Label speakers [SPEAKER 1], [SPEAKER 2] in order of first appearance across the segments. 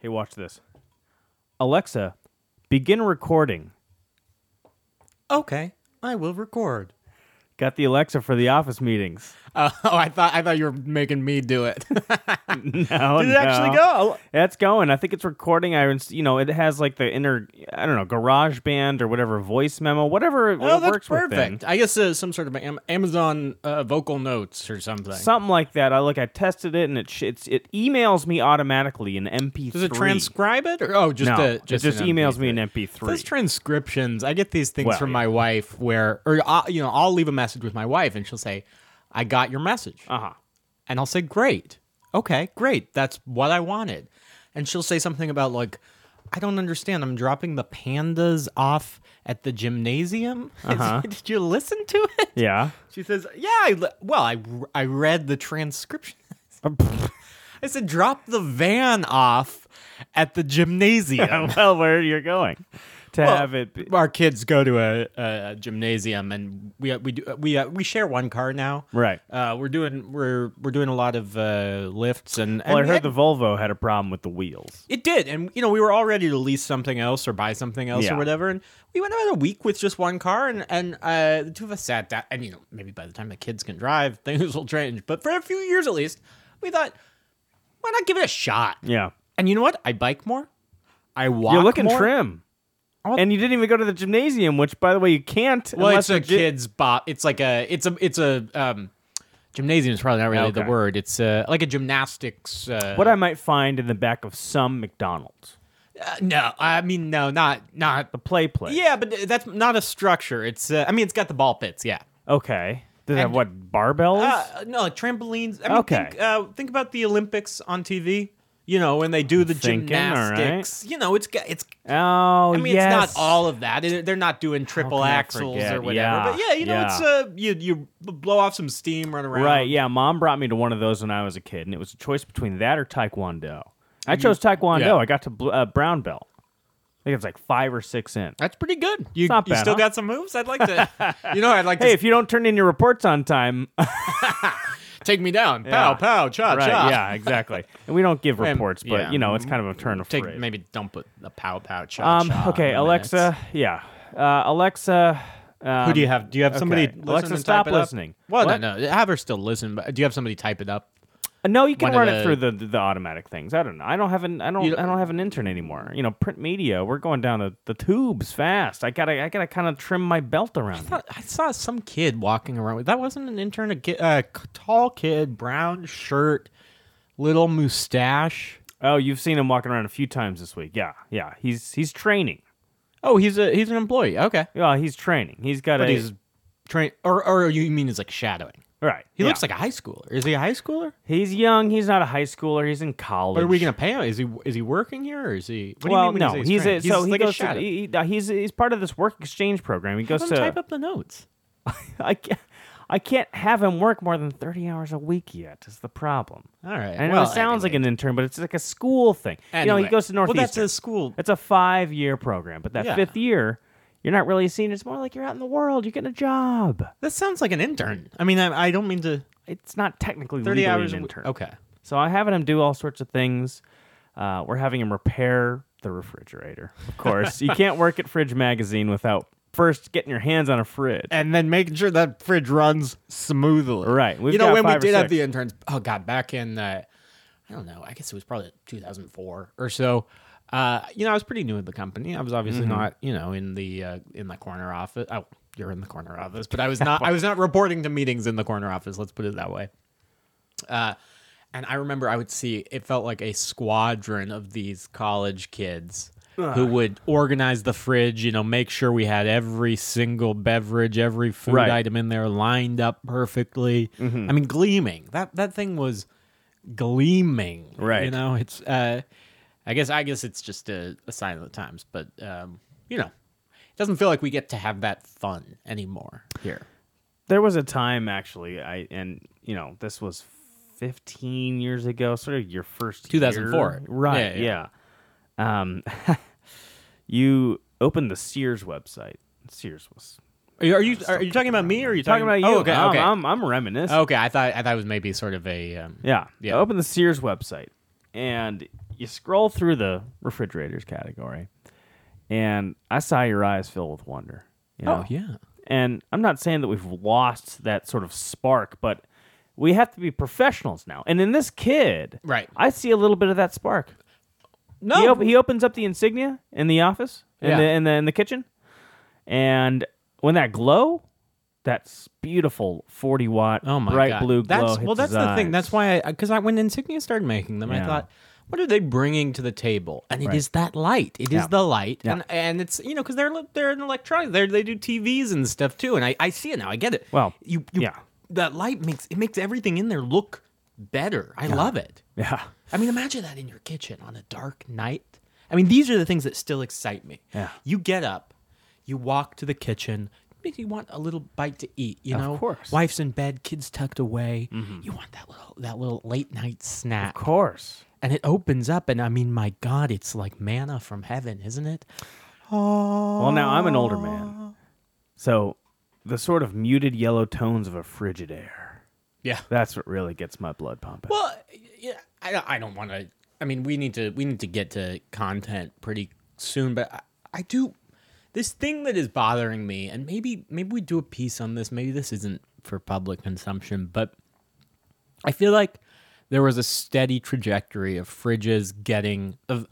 [SPEAKER 1] Hey, watch this. Alexa, begin recording.
[SPEAKER 2] Okay, I will record.
[SPEAKER 1] Got the Alexa for the office meetings.
[SPEAKER 2] Uh, oh, I thought I thought you were making me do it.
[SPEAKER 1] Oh, No,
[SPEAKER 2] Did it actually go?
[SPEAKER 1] It's going. I think it's recording. I, ins- you know, it has like the inner, I don't know, garage band or whatever voice memo, whatever it
[SPEAKER 2] Oh, that's
[SPEAKER 1] works within.
[SPEAKER 2] perfect. I guess uh, some sort of Am- Amazon uh, vocal notes or something.
[SPEAKER 1] Something like that. I like. I tested it, and it sh- it's, it emails me automatically in MP3.
[SPEAKER 2] Does it transcribe it or oh, just
[SPEAKER 1] No,
[SPEAKER 2] a,
[SPEAKER 1] it just,
[SPEAKER 2] an
[SPEAKER 1] emails
[SPEAKER 2] MP3.
[SPEAKER 1] me in MP3.
[SPEAKER 2] Those transcriptions, I get these things
[SPEAKER 1] Well,
[SPEAKER 2] from
[SPEAKER 1] yeah.
[SPEAKER 2] my wife where, or uh, you know, I'll leave a message with my wife and she'll say, "I got your message,"
[SPEAKER 1] uh huh.
[SPEAKER 2] and I'll say, "Great, okay, great, that's what I wanted," and she'll say something about like, "I don't understand. I'm dropping the pandas off at the gymnasium. Did you listen to it?"
[SPEAKER 1] Yeah.
[SPEAKER 2] Uh-huh. She says, "Yeah, I le- well, I r- I read the transcription. I said drop the van off at the gymnasium."
[SPEAKER 1] well, where you're going to
[SPEAKER 2] Well,
[SPEAKER 1] have it? Be-
[SPEAKER 2] Our kids go to a, a gymnasium, and we we do we uh, we share one car now.
[SPEAKER 1] Right.
[SPEAKER 2] Uh, we're doing we're we're doing a lot of uh, lifts and.
[SPEAKER 1] well, I
[SPEAKER 2] and
[SPEAKER 1] heard the Volvo had a problem with the wheels.
[SPEAKER 2] It did, and you know we were all ready to lease something else or buy something else
[SPEAKER 1] Yeah.
[SPEAKER 2] or whatever, and we went about a week with just one car, and and uh, the two of us sat down, and you know maybe by the time the kids can drive, things will change, but for a few years at least, we thought, why not give it a shot?
[SPEAKER 1] Yeah.
[SPEAKER 2] And you know what? I bike more, I walk.
[SPEAKER 1] You're looking
[SPEAKER 2] more.
[SPEAKER 1] trim.
[SPEAKER 2] I'll-
[SPEAKER 1] And you didn't even go to the gymnasium, which, by the way, you can't.
[SPEAKER 2] Well,
[SPEAKER 1] unless
[SPEAKER 2] it's a
[SPEAKER 1] you're gy-
[SPEAKER 2] kids' bop. It's like a it's a it's a um, gymnasium is probably not really the
[SPEAKER 1] Okay.
[SPEAKER 2] word. It's uh, like a gymnastics. Uh,
[SPEAKER 1] What I might find in the back of some McDonald's,
[SPEAKER 2] uh, no, I mean no, not not
[SPEAKER 1] the play play.
[SPEAKER 2] Yeah, but that's not a structure. It's uh, I mean, it's got the ball pits. Yeah.
[SPEAKER 1] Okay. Do they have
[SPEAKER 2] And-
[SPEAKER 1] what barbells?
[SPEAKER 2] Uh, no, trampolines. I mean,
[SPEAKER 1] Okay.
[SPEAKER 2] Think, uh, think about the Olympics on TV. You know, when they do the
[SPEAKER 1] Thinking, all right.
[SPEAKER 2] gymnastics. You know, it's got- it's.
[SPEAKER 1] oh,
[SPEAKER 2] I mean,
[SPEAKER 1] yes.
[SPEAKER 2] it's not all of that. It- They're not doing triple
[SPEAKER 1] can I
[SPEAKER 2] axles
[SPEAKER 1] forget?
[SPEAKER 2] or whatever.
[SPEAKER 1] Yeah,
[SPEAKER 2] But yeah, you know,
[SPEAKER 1] yeah.
[SPEAKER 2] it's uh, you you blow off some steam, run around.
[SPEAKER 1] Right. Yeah. Mom brought me to one of those when I was a kid, and it was a choice between that or Taekwondo. I chose Taekwondo.
[SPEAKER 2] Mm-hmm. yeah.
[SPEAKER 1] I got to bl- uh, brown belt. I think it's like five or six in.
[SPEAKER 2] That's pretty good. You,
[SPEAKER 1] not
[SPEAKER 2] you
[SPEAKER 1] bad,
[SPEAKER 2] still
[SPEAKER 1] huh?
[SPEAKER 2] got some moves. I'd like to. you know, I'd like to
[SPEAKER 1] Hey, if you don't turn in your reports on time,
[SPEAKER 2] take me down.
[SPEAKER 1] Yeah.
[SPEAKER 2] Pow, pow, cha,
[SPEAKER 1] right?
[SPEAKER 2] cha.
[SPEAKER 1] Yeah, exactly. And we don't give reports, but
[SPEAKER 2] yeah.
[SPEAKER 1] you know, it's kind of a turn of
[SPEAKER 2] Take
[SPEAKER 1] phrase.
[SPEAKER 2] maybe dump it. The pow, pow, cha,
[SPEAKER 1] Um,
[SPEAKER 2] cha.
[SPEAKER 1] okay,
[SPEAKER 2] in a minute.
[SPEAKER 1] Alexa. Yeah, uh, Alexa. Um,
[SPEAKER 2] Who do you have? Do you have somebody?
[SPEAKER 1] okay.
[SPEAKER 2] Listen
[SPEAKER 1] Alexa,
[SPEAKER 2] and
[SPEAKER 1] stop
[SPEAKER 2] type it up?
[SPEAKER 1] listening.
[SPEAKER 2] Well,
[SPEAKER 1] What?
[SPEAKER 2] no, no. Have her still listen, but do you have somebody type it up?
[SPEAKER 1] um, No, you can
[SPEAKER 2] one
[SPEAKER 1] run
[SPEAKER 2] of
[SPEAKER 1] it
[SPEAKER 2] the-
[SPEAKER 1] through the, the automatic things. I don't know. I don't have an I don't,
[SPEAKER 2] You
[SPEAKER 1] I
[SPEAKER 2] don't-
[SPEAKER 1] don't have an intern anymore. You know, print media. We're going down the, the tubes fast. I gotta I gotta kind of trim my belt around. it.
[SPEAKER 2] I saw some kid walking around. with That wasn't an intern. A ki- uh, c- tall kid, brown shirt, little mustache.
[SPEAKER 1] Oh, you've seen him walking around a few times this week. Yeah, yeah. He's he's training.
[SPEAKER 2] Oh, he's a he's an employee. Okay,
[SPEAKER 1] Yeah, he's training. He's got
[SPEAKER 2] but
[SPEAKER 1] a
[SPEAKER 2] he's train or or you mean he's like shadowing?
[SPEAKER 1] right.
[SPEAKER 2] He looks like a high schooler. Is he a high schooler?
[SPEAKER 1] he's young. He's not a high schooler. He's in college.
[SPEAKER 2] But are we gonna pay him? Is he is he working here or is he? What
[SPEAKER 1] well,
[SPEAKER 2] do you mean when
[SPEAKER 1] no,
[SPEAKER 2] you say
[SPEAKER 1] he's, a,
[SPEAKER 2] trained?
[SPEAKER 1] so he
[SPEAKER 2] like
[SPEAKER 1] goes.
[SPEAKER 2] a
[SPEAKER 1] to,
[SPEAKER 2] shadow.
[SPEAKER 1] he, he- he's he's part of this work exchange program. He goes
[SPEAKER 2] Let
[SPEAKER 1] to
[SPEAKER 2] him type up the notes.
[SPEAKER 1] I can't, I can't have him work more than 30 hours a week yet is the problem.
[SPEAKER 2] All right.
[SPEAKER 1] I know
[SPEAKER 2] well,
[SPEAKER 1] it sounds like
[SPEAKER 2] anyway.
[SPEAKER 1] an intern, but it's like a school thing. You know, he
[SPEAKER 2] Anyway.
[SPEAKER 1] goes to
[SPEAKER 2] Well,
[SPEAKER 1] Northeastern.
[SPEAKER 2] that's a school.
[SPEAKER 1] It's a five-year program, but that
[SPEAKER 2] Yeah.
[SPEAKER 1] fifth year, you're not really seen. It's more like you're out in the world. You're getting a job.
[SPEAKER 2] That sounds like an intern. I mean, I, I don't mean to.
[SPEAKER 1] It's not technically
[SPEAKER 2] 30
[SPEAKER 1] legally
[SPEAKER 2] hours
[SPEAKER 1] an
[SPEAKER 2] a week.
[SPEAKER 1] intern.
[SPEAKER 2] Okay.
[SPEAKER 1] So I'm having him do all sorts of things. Uh, we're having him repair the refrigerator, of course. you can't work at Fridge Magazine without first getting your hands on a fridge.
[SPEAKER 2] And then making sure that fridge runs smoothly.
[SPEAKER 1] Right. We've
[SPEAKER 2] you know,
[SPEAKER 1] got
[SPEAKER 2] when we
[SPEAKER 1] five or
[SPEAKER 2] did have
[SPEAKER 1] six.
[SPEAKER 2] the interns, oh, God, back in, uh, I don't know, I guess it was probably 2004 or so. Uh, you know, I was pretty new at the company. I was obviously
[SPEAKER 1] Mm-hmm.
[SPEAKER 2] not, you know, in the uh, in the corner office. Oh, you're in the corner office, but I was not. I was not reporting to meetings in the corner office. Let's put it that way. Uh, and I remember I would see it felt like a squadron of these college kids who would organize the fridge, you know, make sure we had every single beverage, every food
[SPEAKER 1] Right.
[SPEAKER 2] item in there lined up perfectly. I mean, gleaming. That that thing was gleaming. You
[SPEAKER 1] Right.
[SPEAKER 2] know, it's uh I guess I guess it's just a, a sign of the times, but um, you know, it doesn't feel like we get to have that fun anymore here.
[SPEAKER 1] There was a time actually, I and you know this was fifteen years ago, sort of your first
[SPEAKER 2] 2004.
[SPEAKER 1] year. right?
[SPEAKER 2] Yeah,
[SPEAKER 1] Yeah. Um, you opened the Sears website. Sears was
[SPEAKER 2] Are you are you, are you talking about me or are you
[SPEAKER 1] talking about you.
[SPEAKER 2] Oh, okay,
[SPEAKER 1] I'm,
[SPEAKER 2] okay.
[SPEAKER 1] I'm, I'm reminiscing.
[SPEAKER 2] Okay, I thought I thought it was maybe sort of a um,
[SPEAKER 1] Yeah.
[SPEAKER 2] Yeah.
[SPEAKER 1] Open the Sears website, and you scroll through the refrigerators category, and I saw your eyes fill with wonder. You know?
[SPEAKER 2] yeah.
[SPEAKER 1] And I'm not saying that we've lost that sort of spark, but we have to be professionals now. And in this kid,
[SPEAKER 2] Right.
[SPEAKER 1] I see a little bit of that spark.
[SPEAKER 2] No.
[SPEAKER 1] He, op- he opens up the insignia in the office in,
[SPEAKER 2] Yeah.
[SPEAKER 1] the, in the in the kitchen, and when that glow, that's beautiful forty watt
[SPEAKER 2] Oh my
[SPEAKER 1] bright
[SPEAKER 2] god.
[SPEAKER 1] blue glow.
[SPEAKER 2] That's
[SPEAKER 1] hits
[SPEAKER 2] well. That's
[SPEAKER 1] his
[SPEAKER 2] the thing.
[SPEAKER 1] eyes.
[SPEAKER 2] That's why I because I when Insignia started making them,
[SPEAKER 1] Yeah.
[SPEAKER 2] I thought, what are they bringing to the table? And it is
[SPEAKER 1] Right.
[SPEAKER 2] that light. It is
[SPEAKER 1] Yeah.
[SPEAKER 2] the light.
[SPEAKER 1] Yeah.
[SPEAKER 2] And and it's you know because they're they're in electronics. They they do TVs and stuff too. And I, I see it now. I get it.
[SPEAKER 1] Well,
[SPEAKER 2] you, you
[SPEAKER 1] yeah.
[SPEAKER 2] That light makes it makes everything in there look better. I love it.
[SPEAKER 1] yeah.
[SPEAKER 2] I mean, imagine that in your kitchen on a dark night. I mean, these are the things that still excite me.
[SPEAKER 1] Yeah.
[SPEAKER 2] You get up, you walk to the kitchen. Maybe you want a little bite to eat. You
[SPEAKER 1] Of
[SPEAKER 2] know,
[SPEAKER 1] course. Mm-hmm.
[SPEAKER 2] Wife's in bed, kids tucked away. You want that little that little late night snack,
[SPEAKER 1] Of course.
[SPEAKER 2] and it opens up, and I mean, my God, it's like manna from heaven, isn't it? Oh,
[SPEAKER 1] Well, now I'm an older man, so the sort of muted yellow tones of a frigid air.
[SPEAKER 2] yeah.
[SPEAKER 1] That's what really gets my blood pumping.
[SPEAKER 2] Well, yeah, I don't, I don't want to. I mean, we need to we need to get to content pretty soon, but I, I do this thing that is bothering me, and maybe maybe we do a piece on this. Maybe this isn't for public consumption, but I feel like there was a steady trajectory of fridges getting of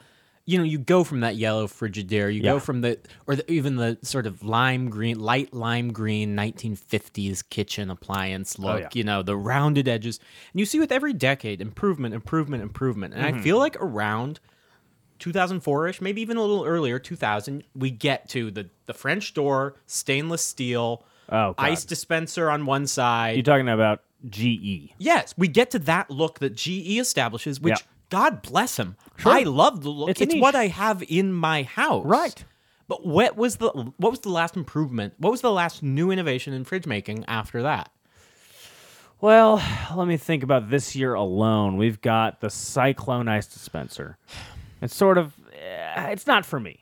[SPEAKER 2] you know you go from that yellow frigidaire you
[SPEAKER 1] Yeah.
[SPEAKER 2] go from the or the, even the sort of lime green light lime green 1950s kitchen appliance look
[SPEAKER 1] Oh, yeah.
[SPEAKER 2] you know the rounded edges and you see with every decade improvement improvement improvement and i
[SPEAKER 1] Mm-hmm.
[SPEAKER 2] feel like around 2004ish maybe even a little earlier 2000 we get to the the french door stainless steel
[SPEAKER 1] Oh, God.
[SPEAKER 2] ice dispenser on one side
[SPEAKER 1] You're talking about E. GE.
[SPEAKER 2] Yes, we get to that look that GE establishes, which
[SPEAKER 1] Yeah.
[SPEAKER 2] God bless him. I love the look.
[SPEAKER 1] It's
[SPEAKER 2] It's,
[SPEAKER 1] a niche.
[SPEAKER 2] what I have in my house.
[SPEAKER 1] Right.
[SPEAKER 2] But what was the what was the last improvement? What was the last new innovation in fridge making after that?
[SPEAKER 1] Well, let me think about this year alone. We've got the Cyclone ice dispenser. It's sort of, eh, it's not for me.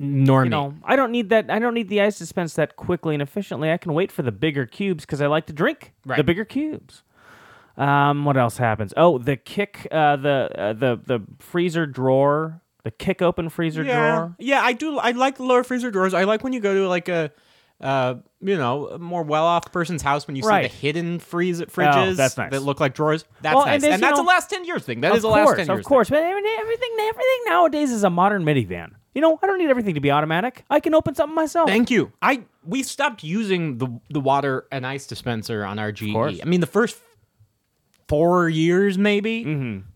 [SPEAKER 2] Normie.
[SPEAKER 1] You know, I don't need that. I don't need the ice dispense that quickly and efficiently. I can wait for the bigger cubes because I like to drink the
[SPEAKER 2] Right.
[SPEAKER 1] bigger cubes. Um, what else happens? Oh, the kick, uh, the uh, the the freezer drawer, the kick open freezer
[SPEAKER 2] yeah.
[SPEAKER 1] drawer.
[SPEAKER 2] Yeah, I do I like the lower freezer drawers. I like when you go to like a uh, you know, a more well-off person's house when you
[SPEAKER 1] Right. Oh,
[SPEAKER 2] see the hidden freeze fridges
[SPEAKER 1] that's nice.
[SPEAKER 2] that look like drawers. That's
[SPEAKER 1] Well, and
[SPEAKER 2] nice, and,
[SPEAKER 1] there's, you
[SPEAKER 2] that's
[SPEAKER 1] know-
[SPEAKER 2] a last ten years thing. That
[SPEAKER 1] of
[SPEAKER 2] is a
[SPEAKER 1] course,
[SPEAKER 2] last ten years.
[SPEAKER 1] of
[SPEAKER 2] thing.
[SPEAKER 1] course. But I mean, everything, everything nowadays is a modern minivan. You know, I don't need everything to be automatic. I can open something myself.
[SPEAKER 2] Thank you. I we stopped using the the water and ice dispenser on our GE.
[SPEAKER 1] course.
[SPEAKER 2] I mean, the first four years, maybe
[SPEAKER 1] Mm-hmm.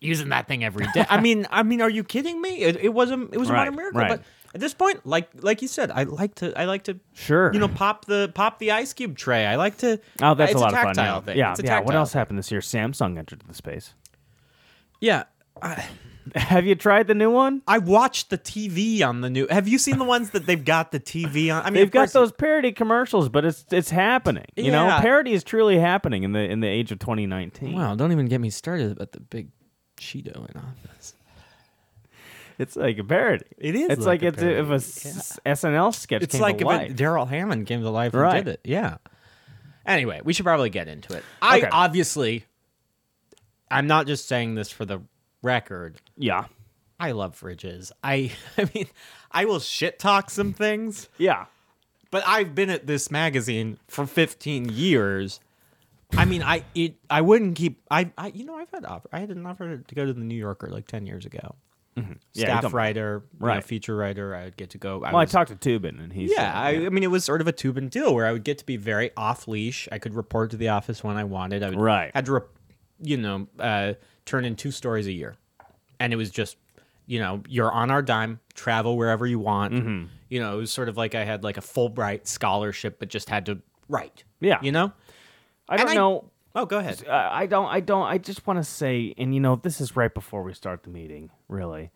[SPEAKER 2] using that thing every day. I mean, I mean, are you kidding me? It, it was a it was a
[SPEAKER 1] Right,
[SPEAKER 2] modern miracle.
[SPEAKER 1] right.
[SPEAKER 2] But at this point, like like you said, I like to I like to
[SPEAKER 1] Sure.
[SPEAKER 2] you know pop the pop the ice cube tray. I like to
[SPEAKER 1] Oh, that's
[SPEAKER 2] it's
[SPEAKER 1] a lot
[SPEAKER 2] tactile
[SPEAKER 1] of fun. yeah.
[SPEAKER 2] Thing.
[SPEAKER 1] Yeah,
[SPEAKER 2] it's a
[SPEAKER 1] yeah. What
[SPEAKER 2] tactile
[SPEAKER 1] else
[SPEAKER 2] thing.
[SPEAKER 1] happened this year? Samsung entered the space.
[SPEAKER 2] Yeah. I,
[SPEAKER 1] Have you tried the new one?
[SPEAKER 2] I watched the TV on the new. Have you seen the ones that they've got the TV on? I mean,
[SPEAKER 1] They've
[SPEAKER 2] of
[SPEAKER 1] got
[SPEAKER 2] course-
[SPEAKER 1] those parody commercials, but it's it's happening. You know,
[SPEAKER 2] Yeah.
[SPEAKER 1] parody is truly happening in the in the age of 2019.
[SPEAKER 2] Wow, don't even get me started about the big Cheeto in office.
[SPEAKER 1] It's like a parody.
[SPEAKER 2] It is
[SPEAKER 1] It's like,
[SPEAKER 2] like a
[SPEAKER 1] it's if a s- SNL sketch
[SPEAKER 2] It's
[SPEAKER 1] came
[SPEAKER 2] like
[SPEAKER 1] to
[SPEAKER 2] if
[SPEAKER 1] life.
[SPEAKER 2] it- Daryl Hammond came to life
[SPEAKER 1] Right.
[SPEAKER 2] and did it. Yeah. Anyway, we should probably get into it. I
[SPEAKER 1] Okay.
[SPEAKER 2] obviously, I'm not just saying this for the record.
[SPEAKER 1] yeah,
[SPEAKER 2] I love fridges. I, I mean, I will shit talk some things,
[SPEAKER 1] yeah.
[SPEAKER 2] but I've been at this magazine for 15 years. I mean, I it I wouldn't keep I, I you know I've had offer I had an offer to go to the New Yorker like 10 years ago.
[SPEAKER 1] Mm-hmm. Yeah, you
[SPEAKER 2] Staff
[SPEAKER 1] told me.
[SPEAKER 2] writer, right?
[SPEAKER 1] Right.
[SPEAKER 2] feature writer. I would get to go. I
[SPEAKER 1] Well, I
[SPEAKER 2] was-
[SPEAKER 1] talked to Tubin, and he's
[SPEAKER 2] yeah, I, I mean, it was sort of a tube and deal where I would get to be very off leash. I could report to the office when I wanted. I would,
[SPEAKER 1] Right.
[SPEAKER 2] had to, rep, you know, uh, turn in two stories a year, and it was just, you know, you're on our dime, travel wherever you want.
[SPEAKER 1] Mm-hmm.
[SPEAKER 2] You know, it was sort of like I had like a Fulbright scholarship, but just had to write.
[SPEAKER 1] Yeah.
[SPEAKER 2] you know.
[SPEAKER 1] I don't
[SPEAKER 2] and I-
[SPEAKER 1] know.
[SPEAKER 2] Oh, go ahead.
[SPEAKER 1] uh, I don't. I don't. I just want to say, and you know, this is right before we start the meeting, really,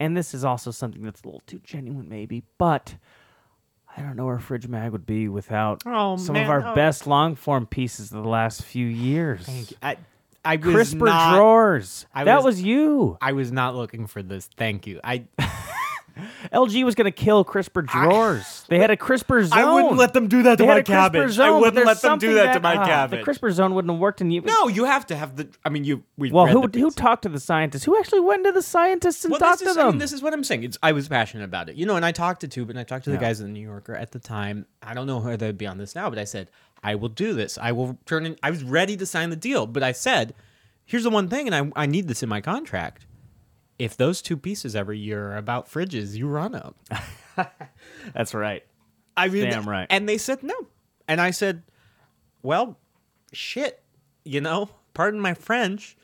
[SPEAKER 1] and this is also something that's a little too genuine, maybe, but. I don't know where Fridge Mag would be without
[SPEAKER 2] Oh,
[SPEAKER 1] some of
[SPEAKER 2] man,
[SPEAKER 1] our
[SPEAKER 2] oh.
[SPEAKER 1] best long form pieces of the last few years.
[SPEAKER 2] I, I was
[SPEAKER 1] Crisper
[SPEAKER 2] not.
[SPEAKER 1] drawers.
[SPEAKER 2] I
[SPEAKER 1] that was,
[SPEAKER 2] was-
[SPEAKER 1] you.
[SPEAKER 2] I was not looking for this. Thank you. I
[SPEAKER 1] LG was going to kill CRISPR drawers. they had a CRISPR zone.
[SPEAKER 3] I wouldn't let them do that to
[SPEAKER 1] They had
[SPEAKER 3] my
[SPEAKER 1] a CRISPR
[SPEAKER 3] cabbage.
[SPEAKER 1] zone,
[SPEAKER 3] I
[SPEAKER 1] but
[SPEAKER 3] wouldn't
[SPEAKER 1] there's
[SPEAKER 3] let them do
[SPEAKER 1] something
[SPEAKER 3] that, to my
[SPEAKER 1] ah,
[SPEAKER 3] cabbage.
[SPEAKER 1] The CRISPR zone wouldn't have worked, and you
[SPEAKER 3] no, you have to have the. I mean, you. We've
[SPEAKER 1] Well,
[SPEAKER 3] read
[SPEAKER 1] who
[SPEAKER 3] the
[SPEAKER 1] who
[SPEAKER 3] bits.
[SPEAKER 1] talked to the scientists? Who actually went to the scientists and
[SPEAKER 2] Well,
[SPEAKER 1] talked
[SPEAKER 2] this is,
[SPEAKER 1] to them?
[SPEAKER 2] I mean, this is what I'm saying. It's, I was passionate about it, you know. And I talked to Tube, and I talked to the guys in the New Yorker at the time. I don't know who they'd be on this now, but I said I will do this. I will turn in. I was ready to sign the deal, but I said, "Here's the one thing, and I, I need this in my contract. If those two pieces every year are about fridges, you run them."
[SPEAKER 1] That's right.
[SPEAKER 2] I mean,
[SPEAKER 1] Damn right.
[SPEAKER 2] And they said no, and I said, "Well, shit, you know, pardon my French.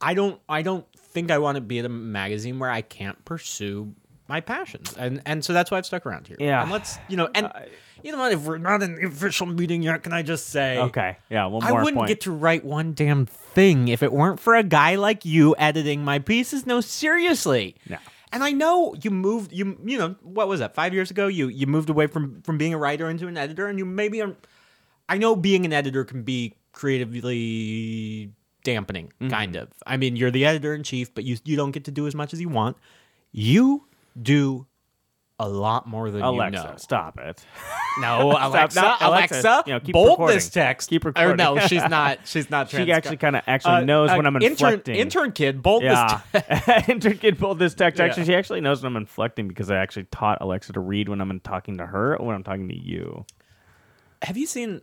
[SPEAKER 2] I don't, I don't think I want to be at a magazine where I can't pursue my passions, and and so that's why I've stuck around here.
[SPEAKER 1] Yeah.
[SPEAKER 2] and let's, you know, and you know what? If we're not in the official meeting yet, can I just say,
[SPEAKER 1] Okay. Yeah. One
[SPEAKER 2] I
[SPEAKER 1] more
[SPEAKER 2] wouldn't
[SPEAKER 1] point.
[SPEAKER 2] get to write one damn thing if it weren't for a guy like you editing my pieces. No, seriously.
[SPEAKER 1] No.
[SPEAKER 2] And I know you moved you you know what was that 5 years ago you you moved away from from being a writer into an editor and you maybe are, I know being an editor can be creatively dampening
[SPEAKER 1] Mm-hmm.
[SPEAKER 2] kind of. I mean, you're the editor in chief, but you you don't get to do as much as you want. You do a lot more than
[SPEAKER 1] Alexa,
[SPEAKER 2] you know.
[SPEAKER 1] stop it.
[SPEAKER 2] No, Alexa,
[SPEAKER 1] not Alexa.
[SPEAKER 2] Alexa,
[SPEAKER 1] You know, keep
[SPEAKER 2] bold
[SPEAKER 1] recording.
[SPEAKER 2] this text.
[SPEAKER 1] Keep
[SPEAKER 2] Or
[SPEAKER 1] recording.
[SPEAKER 2] no, she's not. She's not.
[SPEAKER 1] She
[SPEAKER 2] transcri-
[SPEAKER 1] actually kind of actually
[SPEAKER 2] Uh,
[SPEAKER 1] knows
[SPEAKER 2] uh,
[SPEAKER 1] when I'm
[SPEAKER 2] intern,
[SPEAKER 1] inflecting.
[SPEAKER 2] Intern kid, bold
[SPEAKER 1] yeah,
[SPEAKER 2] this text.
[SPEAKER 1] intern kid pulled this text.
[SPEAKER 2] Yeah.
[SPEAKER 1] Actually, she actually knows when I'm inflecting because I actually taught Alexa to read when I'm talking to her or when I'm talking to you.
[SPEAKER 2] Have you seen?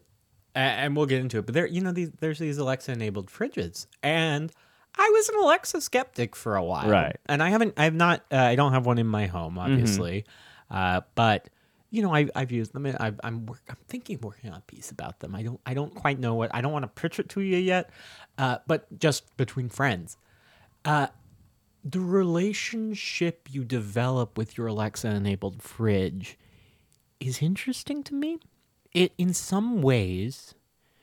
[SPEAKER 2] a- And we'll get into it, but there, you know, these, there's these Alexa-enabled fridges, and I was an Alexa skeptic for a while,
[SPEAKER 1] Right. Mm-hmm.
[SPEAKER 2] And I haven't, I have not, uh, I don't have one in my home, obviously, uh, but you know, I, I've used them. and I've, I'm, work, I'm thinking, working on a piece about them. I don't, I don't quite know what. I don't want to pitch it to you yet, uh, but just between friends, the relationship you develop with your Alexa enabled fridge is interesting to me. It, in some ways,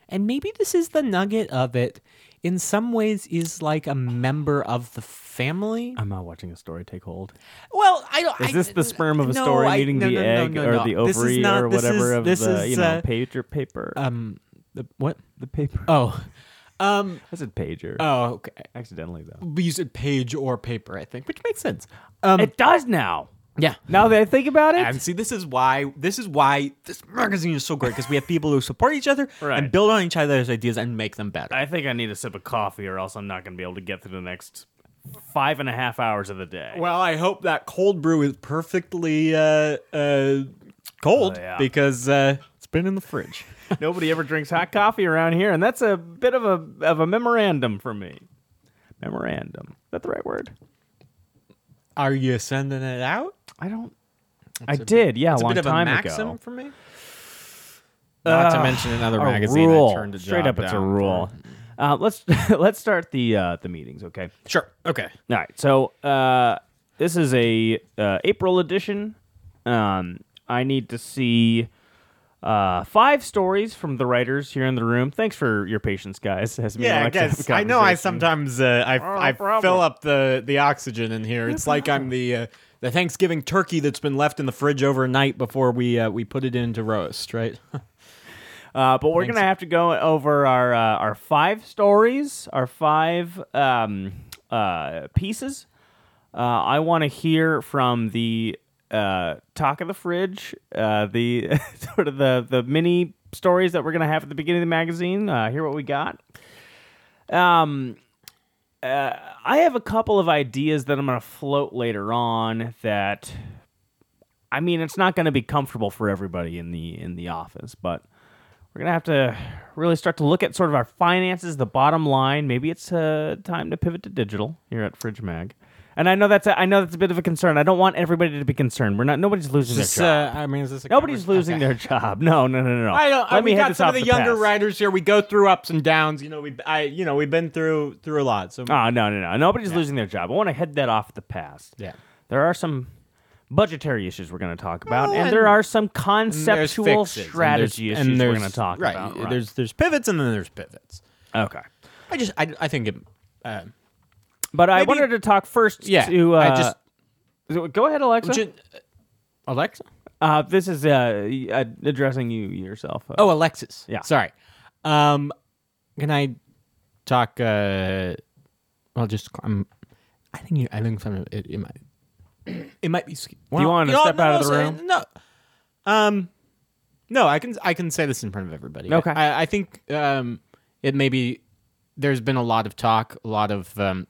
[SPEAKER 2] and maybe this is the nugget of it, in some ways is like a member of the family.
[SPEAKER 1] I'm not watching a story take hold.
[SPEAKER 2] Well, I don't.
[SPEAKER 1] Is
[SPEAKER 2] I-
[SPEAKER 1] this the sperm of a
[SPEAKER 2] no,
[SPEAKER 1] story
[SPEAKER 2] I-
[SPEAKER 1] eating
[SPEAKER 2] no,
[SPEAKER 1] the
[SPEAKER 2] no, no,
[SPEAKER 1] egg
[SPEAKER 2] no,
[SPEAKER 1] or
[SPEAKER 2] no.
[SPEAKER 1] the
[SPEAKER 2] This is
[SPEAKER 1] ovary
[SPEAKER 2] not-
[SPEAKER 1] or
[SPEAKER 2] this
[SPEAKER 1] whatever
[SPEAKER 2] is-
[SPEAKER 1] of
[SPEAKER 2] this
[SPEAKER 1] the
[SPEAKER 2] is,
[SPEAKER 1] you know
[SPEAKER 2] uh,
[SPEAKER 1] pager paper?
[SPEAKER 2] Um, the, what?
[SPEAKER 1] the paper.
[SPEAKER 2] Oh, um,
[SPEAKER 1] I said pager
[SPEAKER 2] oh, okay.
[SPEAKER 1] accidentally though.
[SPEAKER 2] But you said page or paper, I think, which makes sense. Um,
[SPEAKER 1] It does now.
[SPEAKER 2] yeah.
[SPEAKER 1] Now that I think about it,
[SPEAKER 2] And see, this is why this is why this magazine is so great because we have people who support each other
[SPEAKER 1] Right.
[SPEAKER 2] and build on each other's ideas and make them better.
[SPEAKER 1] I think I need a sip of coffee, or else I'm not going to be able to get through the next five and a half hours of the day.
[SPEAKER 2] well, I hope that cold brew is perfectly uh, uh, cold
[SPEAKER 1] Oh, yeah.
[SPEAKER 2] because uh, it's been in the fridge.
[SPEAKER 1] Nobody ever drinks hot coffee around here, and that's a bit of a of a memorandum for me. Memorandum. Is that the right word?
[SPEAKER 2] Are you sending it out?
[SPEAKER 1] I don't. I did. Yeah,
[SPEAKER 2] It's
[SPEAKER 1] a long
[SPEAKER 2] a bit of
[SPEAKER 1] time
[SPEAKER 2] a maxim
[SPEAKER 1] ago.
[SPEAKER 2] for me. Not
[SPEAKER 1] Uh,
[SPEAKER 2] to mention another
[SPEAKER 1] A
[SPEAKER 2] magazine.
[SPEAKER 1] rule.
[SPEAKER 2] I turned a
[SPEAKER 1] Straight
[SPEAKER 2] job
[SPEAKER 1] up, it's a
[SPEAKER 2] down
[SPEAKER 1] rule. Uh, let's let's start the uh, the meetings. Okay.
[SPEAKER 2] for- Sure. Okay.
[SPEAKER 1] All right. So uh, this is a uh, April edition. Um, I need to see uh, five stories from the writers here in the room. Thanks for your patience, guys. As me and
[SPEAKER 2] Yeah, I
[SPEAKER 1] Alexa have
[SPEAKER 2] guess
[SPEAKER 1] a
[SPEAKER 2] I know. I
[SPEAKER 1] conversation.
[SPEAKER 2] sometimes uh, I, I
[SPEAKER 1] problem.
[SPEAKER 2] fill up the the oxygen in here. It's like I'm the uh, the Thanksgiving turkey that's been left in the fridge overnight before we uh, we put it in to roast. Right?
[SPEAKER 1] Uh, but we're gonna have to go over our uh, our five stories, our five um, uh, pieces. Uh, I want to hear from the uh, talk of the fridge, uh, the sort of the the mini stories that we're gonna have at the beginning of the magazine. Uh, hear what we got. Um, uh, I have a couple of ideas that I'm gonna float later on that. I mean, it's not going to be comfortable for everybody in the in the office, but we're gonna have to really start to look at sort of our finances, the bottom line. Maybe it's uh, time to pivot to digital here at Fridge Mag. And I know that's a, I know that's a bit of a concern. I don't want everybody to be concerned. We're not nobody's losing
[SPEAKER 2] This,
[SPEAKER 1] their job.
[SPEAKER 2] uh, I mean, is this a
[SPEAKER 1] Nobody's losing
[SPEAKER 2] conversation?
[SPEAKER 1] their job. No, no, no, no, no.
[SPEAKER 2] I don't.
[SPEAKER 1] Let
[SPEAKER 2] I,
[SPEAKER 1] me
[SPEAKER 2] we
[SPEAKER 1] head
[SPEAKER 2] got
[SPEAKER 1] this
[SPEAKER 2] some
[SPEAKER 1] off
[SPEAKER 2] of the, younger
[SPEAKER 1] pass.
[SPEAKER 2] writers here. We go through ups and downs. You know, we I you know we've been through through a lot. So
[SPEAKER 1] Oh, no, no, no. Nobody's losing their job. I want to head that off the past.
[SPEAKER 2] Yeah.
[SPEAKER 1] There are some budgetary issues we're going to talk about,
[SPEAKER 2] Oh,
[SPEAKER 1] and,
[SPEAKER 2] and-
[SPEAKER 1] there are some
[SPEAKER 2] And there's
[SPEAKER 1] conceptual
[SPEAKER 2] fixes, and
[SPEAKER 1] strategy
[SPEAKER 2] there's-
[SPEAKER 1] issues
[SPEAKER 2] and
[SPEAKER 1] we're
[SPEAKER 2] there's-
[SPEAKER 1] going to talk
[SPEAKER 2] right,
[SPEAKER 1] about.
[SPEAKER 2] There's there's pivots and then there's pivots.
[SPEAKER 1] okay.
[SPEAKER 2] I just I, I think it. Uh,
[SPEAKER 1] But I
[SPEAKER 2] Maybe-
[SPEAKER 1] wanted to talk first
[SPEAKER 2] yeah.
[SPEAKER 1] to. Uh,
[SPEAKER 2] I just
[SPEAKER 1] Go ahead, Alexa.
[SPEAKER 2] ju- uh, Alexa.
[SPEAKER 1] Uh, this is uh, y- uh, addressing you yourself. Uh,
[SPEAKER 2] Oh, Alexis.
[SPEAKER 1] Yeah.
[SPEAKER 2] Sorry. Um, can I talk? Uh, well, just I'm. I think you. I think some. It, it might. it might be. Do
[SPEAKER 1] you want to step out of the room?
[SPEAKER 2] No, um, no, I can I can say this in front of everybody.
[SPEAKER 1] Okay.
[SPEAKER 2] I, I think um, it maybe there's been a lot of talk, a lot of um,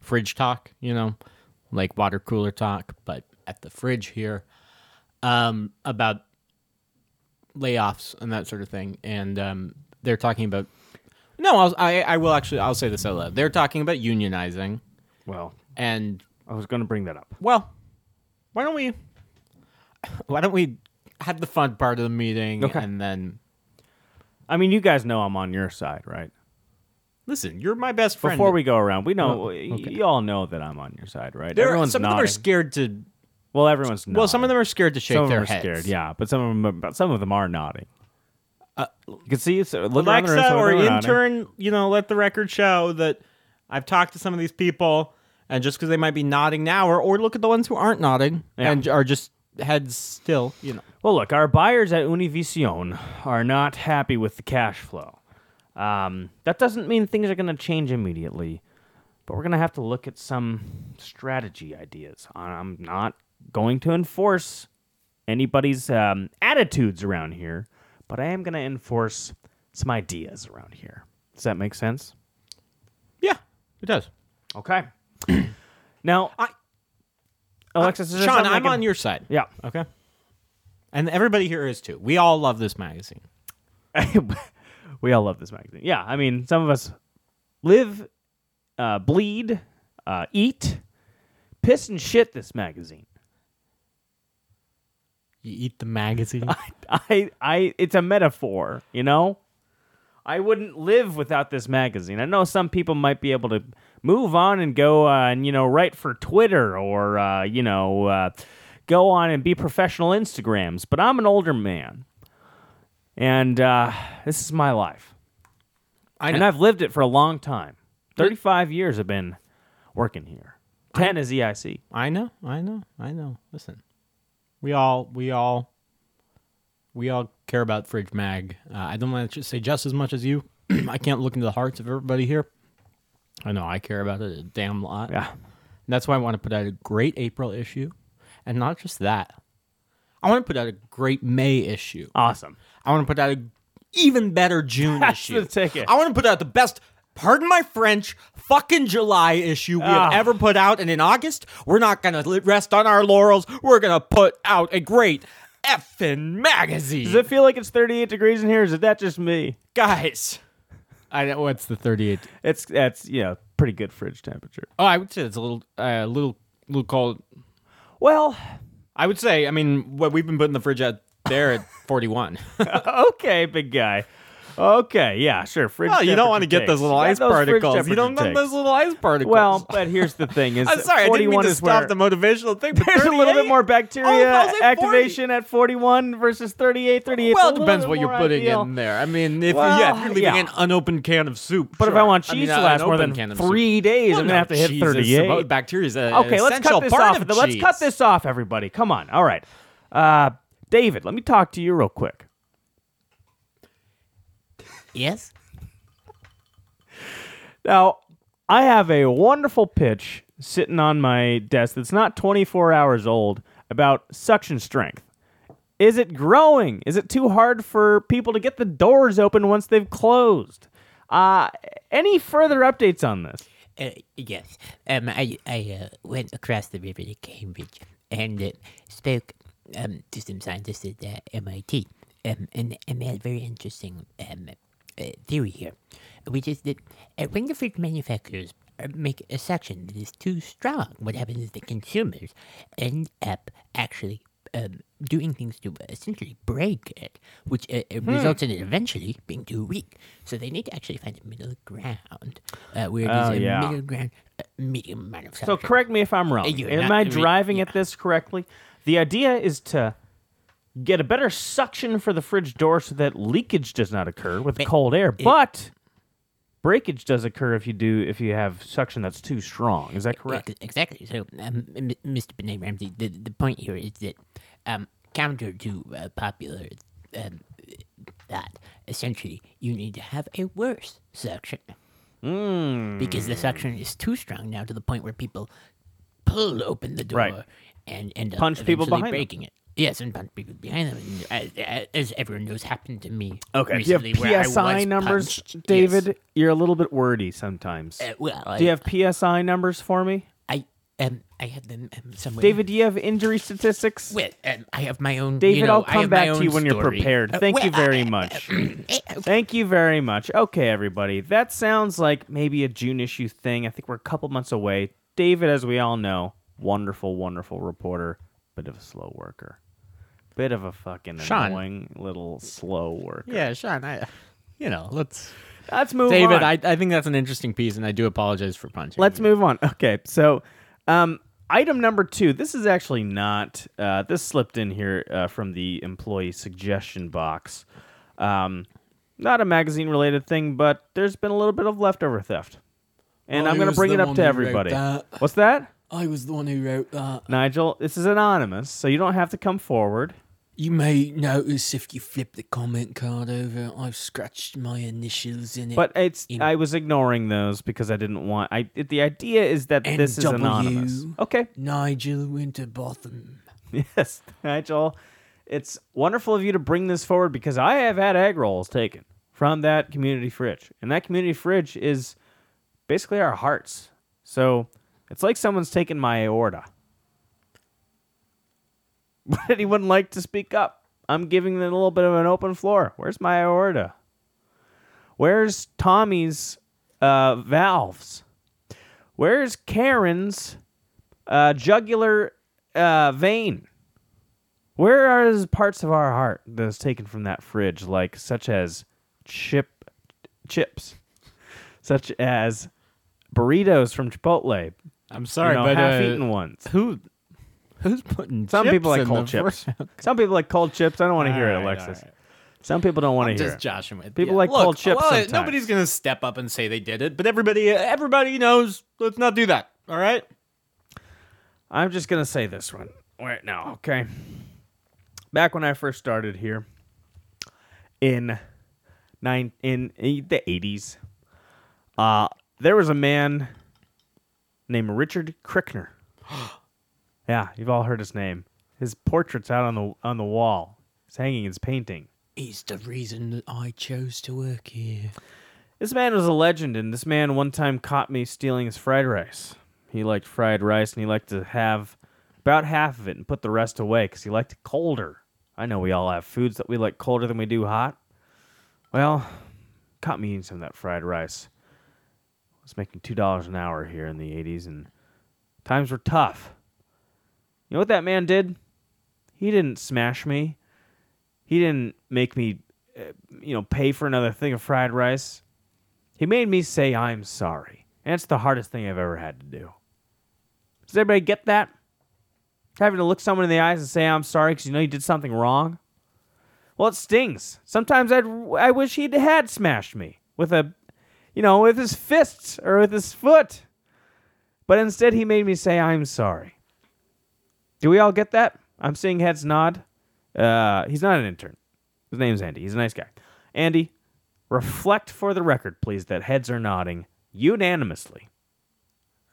[SPEAKER 2] fridge talk, you know, like water cooler talk, but at the fridge here, um, about layoffs and that sort of thing, and um, they're talking about. No, I'll, I I will actually I'll say this out loud. They're talking about unionizing
[SPEAKER 1] Well,
[SPEAKER 2] and
[SPEAKER 1] I was going to bring that up.
[SPEAKER 2] well, why don't we why don't we have the fun part of the meeting
[SPEAKER 1] Okay.
[SPEAKER 2] and then
[SPEAKER 1] I mean, you guys know I'm on your side, right?
[SPEAKER 2] listen, you're my best friend. Oh,
[SPEAKER 1] Before we go around, we know y- y'all know that I'm on your side, right?
[SPEAKER 2] there are,
[SPEAKER 1] everyone's
[SPEAKER 2] some of them
[SPEAKER 1] nodding.
[SPEAKER 2] are scared to
[SPEAKER 1] well, everyone's
[SPEAKER 2] well, some
[SPEAKER 1] nodding.
[SPEAKER 2] of them are scared to shake
[SPEAKER 1] some of
[SPEAKER 2] their
[SPEAKER 1] them are
[SPEAKER 2] heads. Uh,
[SPEAKER 1] scared, yeah, but some of them, are- but some of them are nodding. you can see, it's, look around the room,
[SPEAKER 2] Alexa
[SPEAKER 1] some of
[SPEAKER 2] or
[SPEAKER 1] them are nodding.
[SPEAKER 2] intern, you know, let the record show that I've talked to some of these people, and just because they might be nodding now, or, or look at the ones who aren't nodding
[SPEAKER 1] Yeah.
[SPEAKER 2] and are just heads still, you know.
[SPEAKER 1] Well, look, our buyers at Univision are not happy with the cash flow. Um, that doesn't mean things are going to change immediately, but we're going to have to look at some strategy ideas. I'm not going to enforce anybody's um, attitudes around here, but I am going to enforce some ideas around here. Does that make sense?
[SPEAKER 2] Yeah, it does.
[SPEAKER 1] Okay. now,
[SPEAKER 2] I-
[SPEAKER 1] Alexis, is there
[SPEAKER 2] Sean,
[SPEAKER 1] something I
[SPEAKER 2] I'm
[SPEAKER 1] can-
[SPEAKER 2] on your side.
[SPEAKER 1] Yeah.
[SPEAKER 2] Okay. And everybody here is too. We all love this magazine.
[SPEAKER 1] we all love this magazine. Yeah, I mean, some of us live, uh, bleed, uh, eat, piss and shit this magazine.
[SPEAKER 2] You eat the magazine.
[SPEAKER 1] I, I, it's a metaphor, you know. I wouldn't live without this magazine. I know some people might be able to move on and go uh, and you know write for Twitter or uh, you know uh, go on and be professional Instagrams, but I'm an older man, and uh, this is my life.
[SPEAKER 2] I
[SPEAKER 1] and
[SPEAKER 2] know.
[SPEAKER 1] I've lived it for a long time. Thirty-five years I've been working here. Ten is E EIC.
[SPEAKER 2] I know. I know. I know. Listen, we all, we all, we all care about Fridge Mag. Uh, I don't want to say just as much as you. I can't look into the hearts of everybody here. I know I care about it a damn lot.
[SPEAKER 1] Yeah.
[SPEAKER 2] And that's why I want to put out a great April issue, and not just that. I want to put out a great May issue.
[SPEAKER 1] Awesome.
[SPEAKER 2] I want to put out an even better June
[SPEAKER 1] That's
[SPEAKER 2] issue.
[SPEAKER 1] the ticket.
[SPEAKER 2] I want to put out the best, pardon my French, fucking July issue we
[SPEAKER 1] Ah.
[SPEAKER 2] have ever put out. And in August, we're not going to rest on our laurels. We're going to put out a great effing magazine.
[SPEAKER 1] Does it feel like it's 38 degrees in here? Or is that just me?
[SPEAKER 2] Guys. I know what's the 38.
[SPEAKER 1] It's that's you know pretty good fridge temperature.
[SPEAKER 2] Oh, I would say it's a little, uh, little, little cold.
[SPEAKER 1] Well,
[SPEAKER 2] I would say, I mean, what we've been putting the fridge out there at 41.
[SPEAKER 1] okay, big guy. Okay, yeah, sure. Fridge.
[SPEAKER 2] well, Oh, you don't want to
[SPEAKER 1] temperature
[SPEAKER 2] get those
[SPEAKER 1] takes.
[SPEAKER 2] little
[SPEAKER 1] Yeah,
[SPEAKER 2] ice
[SPEAKER 1] those fridge
[SPEAKER 2] particles. You
[SPEAKER 1] temperature
[SPEAKER 2] don't want
[SPEAKER 1] takes.
[SPEAKER 2] those little ice particles.
[SPEAKER 1] Well, but here's the thing: is
[SPEAKER 2] I'm sorry, I didn't
[SPEAKER 1] 41
[SPEAKER 2] mean to
[SPEAKER 1] is
[SPEAKER 2] stop
[SPEAKER 1] where-
[SPEAKER 2] the motivational thing. But
[SPEAKER 1] There's a little bit
[SPEAKER 2] 38?
[SPEAKER 1] more
[SPEAKER 2] Oh, I
[SPEAKER 1] bacteria
[SPEAKER 2] was at 40.
[SPEAKER 1] activation at 41 versus 38. 38. 's a
[SPEAKER 2] Well, it
[SPEAKER 1] little
[SPEAKER 2] depends
[SPEAKER 1] bit
[SPEAKER 2] what you're
[SPEAKER 1] more
[SPEAKER 2] putting
[SPEAKER 1] ideal.
[SPEAKER 2] in there. I mean, if
[SPEAKER 1] Well,
[SPEAKER 2] yeah, if you're leaving
[SPEAKER 1] yeah.
[SPEAKER 2] an unopened can of soup.
[SPEAKER 1] But if I
[SPEAKER 2] sure.
[SPEAKER 1] want
[SPEAKER 2] I
[SPEAKER 1] cheese
[SPEAKER 2] mean, uh,
[SPEAKER 1] to
[SPEAKER 2] an
[SPEAKER 1] last more
[SPEAKER 2] open
[SPEAKER 1] than
[SPEAKER 2] can of soup.
[SPEAKER 1] three days,
[SPEAKER 2] Well,
[SPEAKER 1] I'm
[SPEAKER 2] no,
[SPEAKER 1] gonna have to hit
[SPEAKER 2] cheese is
[SPEAKER 1] 38.
[SPEAKER 2] supposed- Bacteria is an
[SPEAKER 1] Okay, let's cut
[SPEAKER 2] essential
[SPEAKER 1] this
[SPEAKER 2] part
[SPEAKER 1] off.
[SPEAKER 2] of
[SPEAKER 1] let's
[SPEAKER 2] cheese.
[SPEAKER 1] cut this off, everybody. Come on. All right, uh, David, let me talk to you real quick.
[SPEAKER 2] Yes.
[SPEAKER 1] Now, I have a wonderful pitch sitting on my desk that's not 24 hours old about suction strength. Is it growing? Is it too hard for people to get the doors open once they've closed? Uh, any further updates on this?
[SPEAKER 4] Uh, yes. Um, I, I uh, went across the river to Cambridge and uh, spoke um, to some scientists at uh, MIT. Um, and, and they had a very interesting um, uh, theory here, which is that uh, when the fridge manufacturers uh, make a section that is too strong, what happens is that consumers end up actually um, doing things to essentially break it, which uh, uh, results in it eventually being too weak. So they need to actually find a middle ground uh, where
[SPEAKER 1] Oh,
[SPEAKER 4] there's a
[SPEAKER 1] yeah.
[SPEAKER 4] middle ground, uh, medium amount of
[SPEAKER 1] So
[SPEAKER 4] suction.
[SPEAKER 1] correct me if I'm wrong.
[SPEAKER 4] You're
[SPEAKER 1] Am
[SPEAKER 4] not-
[SPEAKER 1] I
[SPEAKER 4] I mean,
[SPEAKER 1] driving at this correctly? The idea is to get a better suction for the fridge door so that leakage does not occur with cold air, but breakage does occur if you do if you have suction that's too strong.
[SPEAKER 5] E-,
[SPEAKER 1] Is that correct?
[SPEAKER 4] Ex- Exactly. So, um, M- Mr. Benet Ramsey, the, the point here is that um, counter to uh, popular um, thought, essentially, you need to have a worse
[SPEAKER 1] Hmm.
[SPEAKER 4] suction. Because the suction is too strong now to the point where people
[SPEAKER 5] pull open the door
[SPEAKER 1] Right.
[SPEAKER 5] and end up
[SPEAKER 1] Punch people
[SPEAKER 5] eventually
[SPEAKER 1] behind them.
[SPEAKER 5] breaking it. Yes, and punch people behind them, and as- as, as everyone knows, happened to me.
[SPEAKER 1] Okay. Do you
[SPEAKER 5] recently, where I
[SPEAKER 1] have PSI
[SPEAKER 5] was
[SPEAKER 1] numbers,
[SPEAKER 5] punched. Yes.
[SPEAKER 1] David? You're a little bit wordy sometimes.
[SPEAKER 5] Uh, well, I,
[SPEAKER 1] do you have PSI numbers for me?
[SPEAKER 5] I um, I have them um, somewhere.
[SPEAKER 1] David, do you have injury statistics?
[SPEAKER 5] well, um, I have my own.
[SPEAKER 1] David,
[SPEAKER 5] you know,
[SPEAKER 1] I'll
[SPEAKER 5] I
[SPEAKER 1] come
[SPEAKER 5] have my
[SPEAKER 1] back to
[SPEAKER 5] own
[SPEAKER 1] you when you're
[SPEAKER 5] story.
[SPEAKER 1] prepared.
[SPEAKER 5] Uh,
[SPEAKER 1] Thank you
[SPEAKER 5] well,
[SPEAKER 1] very
[SPEAKER 5] I-
[SPEAKER 1] much.
[SPEAKER 5] eh, okay.
[SPEAKER 1] Thank you very much. Okay, everybody. That sounds like maybe a June issue thing. I think we're a couple months away. David, as we all know, wonderful, wonderful reporter, bit of a slow worker. Bit of a fucking
[SPEAKER 2] Sean.
[SPEAKER 1] annoying little slow worker.
[SPEAKER 2] Yeah, Sean, I, you know, let's.
[SPEAKER 1] Let's move on.
[SPEAKER 2] David, I, I think that's an interesting piece, and I do apologize for punching.
[SPEAKER 1] Let's
[SPEAKER 2] you.
[SPEAKER 1] move on. Okay, so um, item number two. This is actually not. Uh, this slipped in here uh, from the employee suggestion box. Um, not a magazine related thing, but there's been a little bit of leftover theft, and
[SPEAKER 4] I
[SPEAKER 1] I'm going to
[SPEAKER 4] was
[SPEAKER 1] bring
[SPEAKER 4] the
[SPEAKER 1] it up
[SPEAKER 4] one
[SPEAKER 1] to
[SPEAKER 4] who wrote
[SPEAKER 1] everybody.
[SPEAKER 4] that.
[SPEAKER 1] What's that,
[SPEAKER 4] I was the one who wrote that.
[SPEAKER 1] Nigel? This is anonymous, so you don't have to come forward.
[SPEAKER 4] You may notice if you flip the comment card over, I've scratched my initials in it.
[SPEAKER 1] But it's
[SPEAKER 4] In-
[SPEAKER 1] I was ignoring those because I didn't want. I it, the idea is that this is
[SPEAKER 4] NW.
[SPEAKER 1] anonymous. Okay,
[SPEAKER 4] Nigel Winterbotham.
[SPEAKER 1] Yes, Nigel. It's wonderful of you to bring this forward because I have had egg rolls taken from that community fridge. And that community fridge is basically our hearts. So it's like someone's taken my aorta. But anyone like to speak up? I'm giving them a little bit of an open floor. Where's my aorta? Where's Tommy's uh, valves? Where's Karen's uh, jugular uh, vein. Where are his parts of our heart that is taken from that fridge, like such as chip chips, such as burritos from Chipotle,
[SPEAKER 2] I'm sorry,
[SPEAKER 1] you know,
[SPEAKER 2] but
[SPEAKER 1] half-eaten
[SPEAKER 2] uh,
[SPEAKER 1] ones.
[SPEAKER 2] who who's putting
[SPEAKER 1] Some
[SPEAKER 2] chips
[SPEAKER 1] people like
[SPEAKER 2] in
[SPEAKER 1] cold
[SPEAKER 2] the
[SPEAKER 1] chips.
[SPEAKER 2] fr-
[SPEAKER 1] Some people like cold chips. I don't want to hear
[SPEAKER 2] All
[SPEAKER 1] it,
[SPEAKER 2] right, all
[SPEAKER 1] Alexis.
[SPEAKER 2] right.
[SPEAKER 1] Some people don't want to hear
[SPEAKER 2] Just
[SPEAKER 1] it.
[SPEAKER 2] joshing with
[SPEAKER 1] People like
[SPEAKER 2] Look,
[SPEAKER 1] cold chips
[SPEAKER 2] well,
[SPEAKER 1] sometimes.
[SPEAKER 2] Nobody's gonna step up and say they did it, but everybody, uh, everybody knows. Let's not do that. All right.
[SPEAKER 1] I'm just gonna say this one right now, okay? Back when I first started here in nine in the eighties, uh, there was a man named Richard Crickner. yeah, you've all heard his name. His portrait's out on the on the wall. He's hanging his painting.
[SPEAKER 4] Is the reason that I chose to work here.
[SPEAKER 1] This man was a legend, and this man one time caught me stealing his fried rice. He liked fried rice, and he liked to have about half of it and put the rest away because he liked it colder. I know we all have foods that we like colder than we do hot. Well, caught me eating some of that fried rice. I was making two dollars an hour here in the '80s, and times were tough. You know what that man did? He didn't smash me. He didn't make me, uh, you know, pay for another thing of fried rice. He made me say I'm sorry. And it's the hardest thing I've ever had to do. Does everybody get that? Having to look someone in the eyes and say I'm sorry because you know you did something wrong? Well, it stings. Sometimes I'd, I wish he'd had smashed me with a, you know, with his fists or with his foot. But instead, he made me say I'm sorry. Do we all get that? I'm seeing heads nod. Uh, he's not an intern. His name's Andy. He's a nice guy. Andy, reflect for the record, please, that heads are nodding unanimously.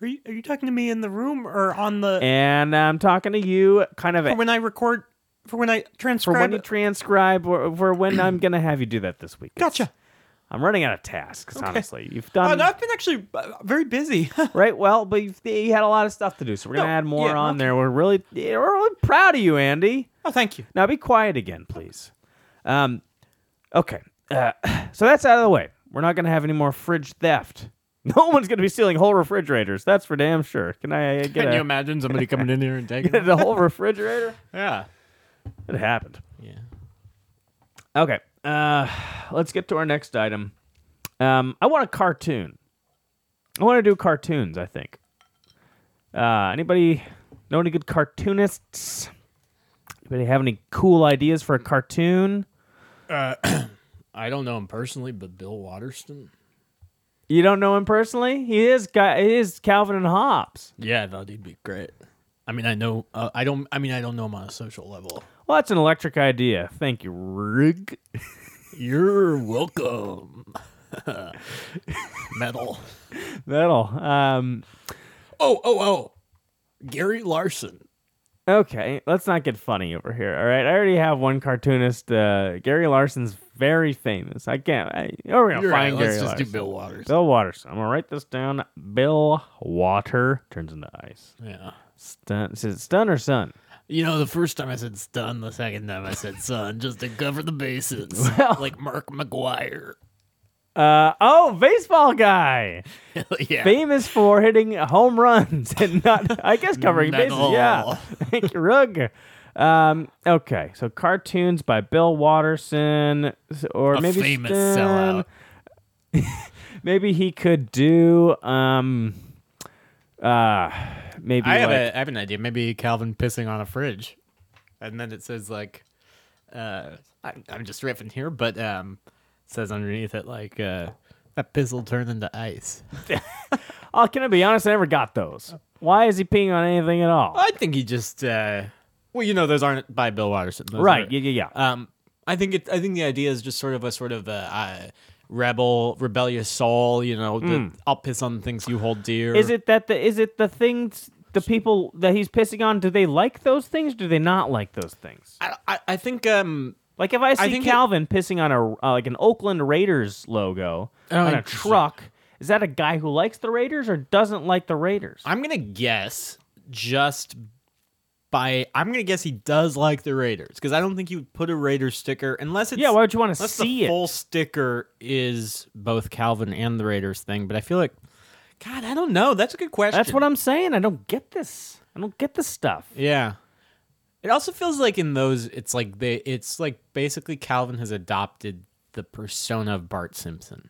[SPEAKER 3] Are you, are you talking to me in the room or on the
[SPEAKER 1] And I'm talking to you kind of
[SPEAKER 3] for when I record for when I
[SPEAKER 1] for
[SPEAKER 3] transcribe?
[SPEAKER 1] when you transcribe or for when I'm going to have you do that this week. It's-
[SPEAKER 3] gotcha.
[SPEAKER 1] I'm running out of tasks, honestly. You've
[SPEAKER 3] Uh,
[SPEAKER 1] done
[SPEAKER 3] no, I've been actually uh, very busy.
[SPEAKER 1] right well, but you've, you had a lot of stuff to do, so we're going to
[SPEAKER 3] No,
[SPEAKER 1] add more
[SPEAKER 3] yeah,
[SPEAKER 1] on
[SPEAKER 3] okay.
[SPEAKER 1] there. We're really yeah, we're really proud of you, Andy.
[SPEAKER 3] oh, thank you.
[SPEAKER 1] Now be quiet again, please. Um, okay. Uh, so that's out of the way. We're not going to have any more fridge theft. No one's going to be stealing whole refrigerators. That's for damn sure. Can I uh, get
[SPEAKER 2] Can
[SPEAKER 1] a,
[SPEAKER 2] you imagine somebody coming in here and taking it?
[SPEAKER 1] the whole refrigerator?
[SPEAKER 2] Yeah.
[SPEAKER 1] It happened.
[SPEAKER 2] Yeah.
[SPEAKER 1] Okay. Uh, let's get to our next item. Um, I want a cartoon. I want to do cartoons. I think. Uh, anybody know any good cartoonists? Anybody have any cool ideas for a cartoon?
[SPEAKER 2] I don't know him personally, but Bill Waterston.
[SPEAKER 1] You don't know him personally? He is guy. He is Calvin and Hobbes.
[SPEAKER 2] Yeah, that would be great. I mean, I know. Uh, I don't. I mean, I don't know him on a social level.
[SPEAKER 1] Well, that's an electric idea. Thank you, Rig.
[SPEAKER 2] You're welcome. Metal.
[SPEAKER 1] That'll. Um,
[SPEAKER 2] Oh, oh, oh.
[SPEAKER 4] Gary Larson.
[SPEAKER 1] Okay, let's not get funny over here. All right, I already have one cartoonist. Uh, Gary Larson's very famous. I can't. I, oh, we're gonna
[SPEAKER 4] You're
[SPEAKER 1] find
[SPEAKER 4] right.
[SPEAKER 1] Gary
[SPEAKER 4] Let's just
[SPEAKER 1] Larson.
[SPEAKER 4] do Bill Waters.
[SPEAKER 1] Bill Waters. I'm gonna write this down. Bill Water turns into ice.
[SPEAKER 4] Yeah.
[SPEAKER 1] Stun. Is it stun or sun?
[SPEAKER 4] You know, the first time I said stun, the second time I said son, just to cover the bases. like Mark McGuire.
[SPEAKER 1] Uh oh, baseball guy,
[SPEAKER 4] yeah.
[SPEAKER 1] famous for hitting home runs and not, I guess, covering
[SPEAKER 4] Not
[SPEAKER 1] bases.
[SPEAKER 4] all.
[SPEAKER 1] Yeah, Thank you, Rug. Um, okay, so cartoons by Bill Watterson, s- or
[SPEAKER 4] A
[SPEAKER 1] maybe
[SPEAKER 4] famous
[SPEAKER 1] Stun.
[SPEAKER 4] sellout.
[SPEAKER 1] maybe he could do um, uh, maybe
[SPEAKER 2] I have
[SPEAKER 1] like,
[SPEAKER 2] a I have an idea. Maybe Calvin pissing on a fridge, and then it says like, uh, I, I'm just riffing here, but um, it says underneath it like uh, that piss will turn into ice.
[SPEAKER 1] Oh, can I be honest? I never got those. Why is he peeing on anything at all?
[SPEAKER 2] I think he just uh, well, you know, those aren't by Bill Watterson, Those
[SPEAKER 1] right.
[SPEAKER 2] are-
[SPEAKER 1] Yeah, yeah, yeah.
[SPEAKER 2] Um, I think it. I think the idea is just sort of a sort of a. Uh, Rebel, rebellious soul, you know. The, I'll piss on things you hold dear.
[SPEAKER 1] Is it that the is it the things the people that he's pissing on? Do they like those things? Do they not like those things?
[SPEAKER 2] I, I, I think um,
[SPEAKER 1] Like if I see
[SPEAKER 2] think it-
[SPEAKER 1] Calvin pissing on a uh, like an Oakland Raiders logo on a
[SPEAKER 2] Oh, interesting.
[SPEAKER 1] truck, is that a guy who likes the Raiders or doesn't like the Raiders?
[SPEAKER 2] I'm gonna guess just by I'm gonna guess he does like the Raiders because I don't think you would put a Raiders sticker unless it's
[SPEAKER 1] yeah. Why would you want to
[SPEAKER 2] unless
[SPEAKER 1] see
[SPEAKER 2] the
[SPEAKER 1] it?
[SPEAKER 2] full sticker is both Calvin and the Raiders thing. But I feel like God, I don't know. That's a good question.
[SPEAKER 1] That's what I'm saying. I don't get this. I don't get this stuff.
[SPEAKER 2] Yeah. It also feels like in those, it's like they, it's like basically Calvin has adopted the persona of Bart Simpson.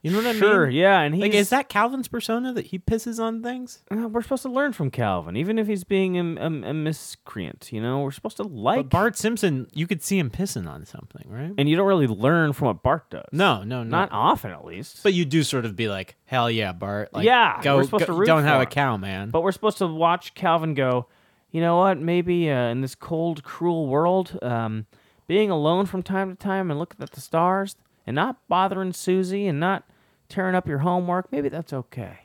[SPEAKER 2] You know what I mean?
[SPEAKER 1] Sure. Yeah. And he's
[SPEAKER 2] Like, is that Calvin's persona that he pisses on things?
[SPEAKER 1] Uh, we're supposed to learn from Calvin, even if he's being a, a, a miscreant. You know, we're supposed to like
[SPEAKER 2] But Bart Simpson, you could see him pissing on something, right?
[SPEAKER 1] and you don't really learn from what Bart does.
[SPEAKER 2] No, no, no.
[SPEAKER 1] not often, at least.
[SPEAKER 2] But you do sort of be like, hell yeah, Bart. Like,
[SPEAKER 1] Yeah,
[SPEAKER 2] go,
[SPEAKER 1] we're supposed
[SPEAKER 2] go-
[SPEAKER 1] to root
[SPEAKER 2] don't have
[SPEAKER 1] for
[SPEAKER 2] a
[SPEAKER 1] him.
[SPEAKER 2] cow, man.
[SPEAKER 1] But we're supposed to watch Calvin go. You know what? Maybe uh, in this cold, cruel world, um, being alone from time to time and looking at the stars and not bothering Susie and not tearing up your homework, maybe that's okay.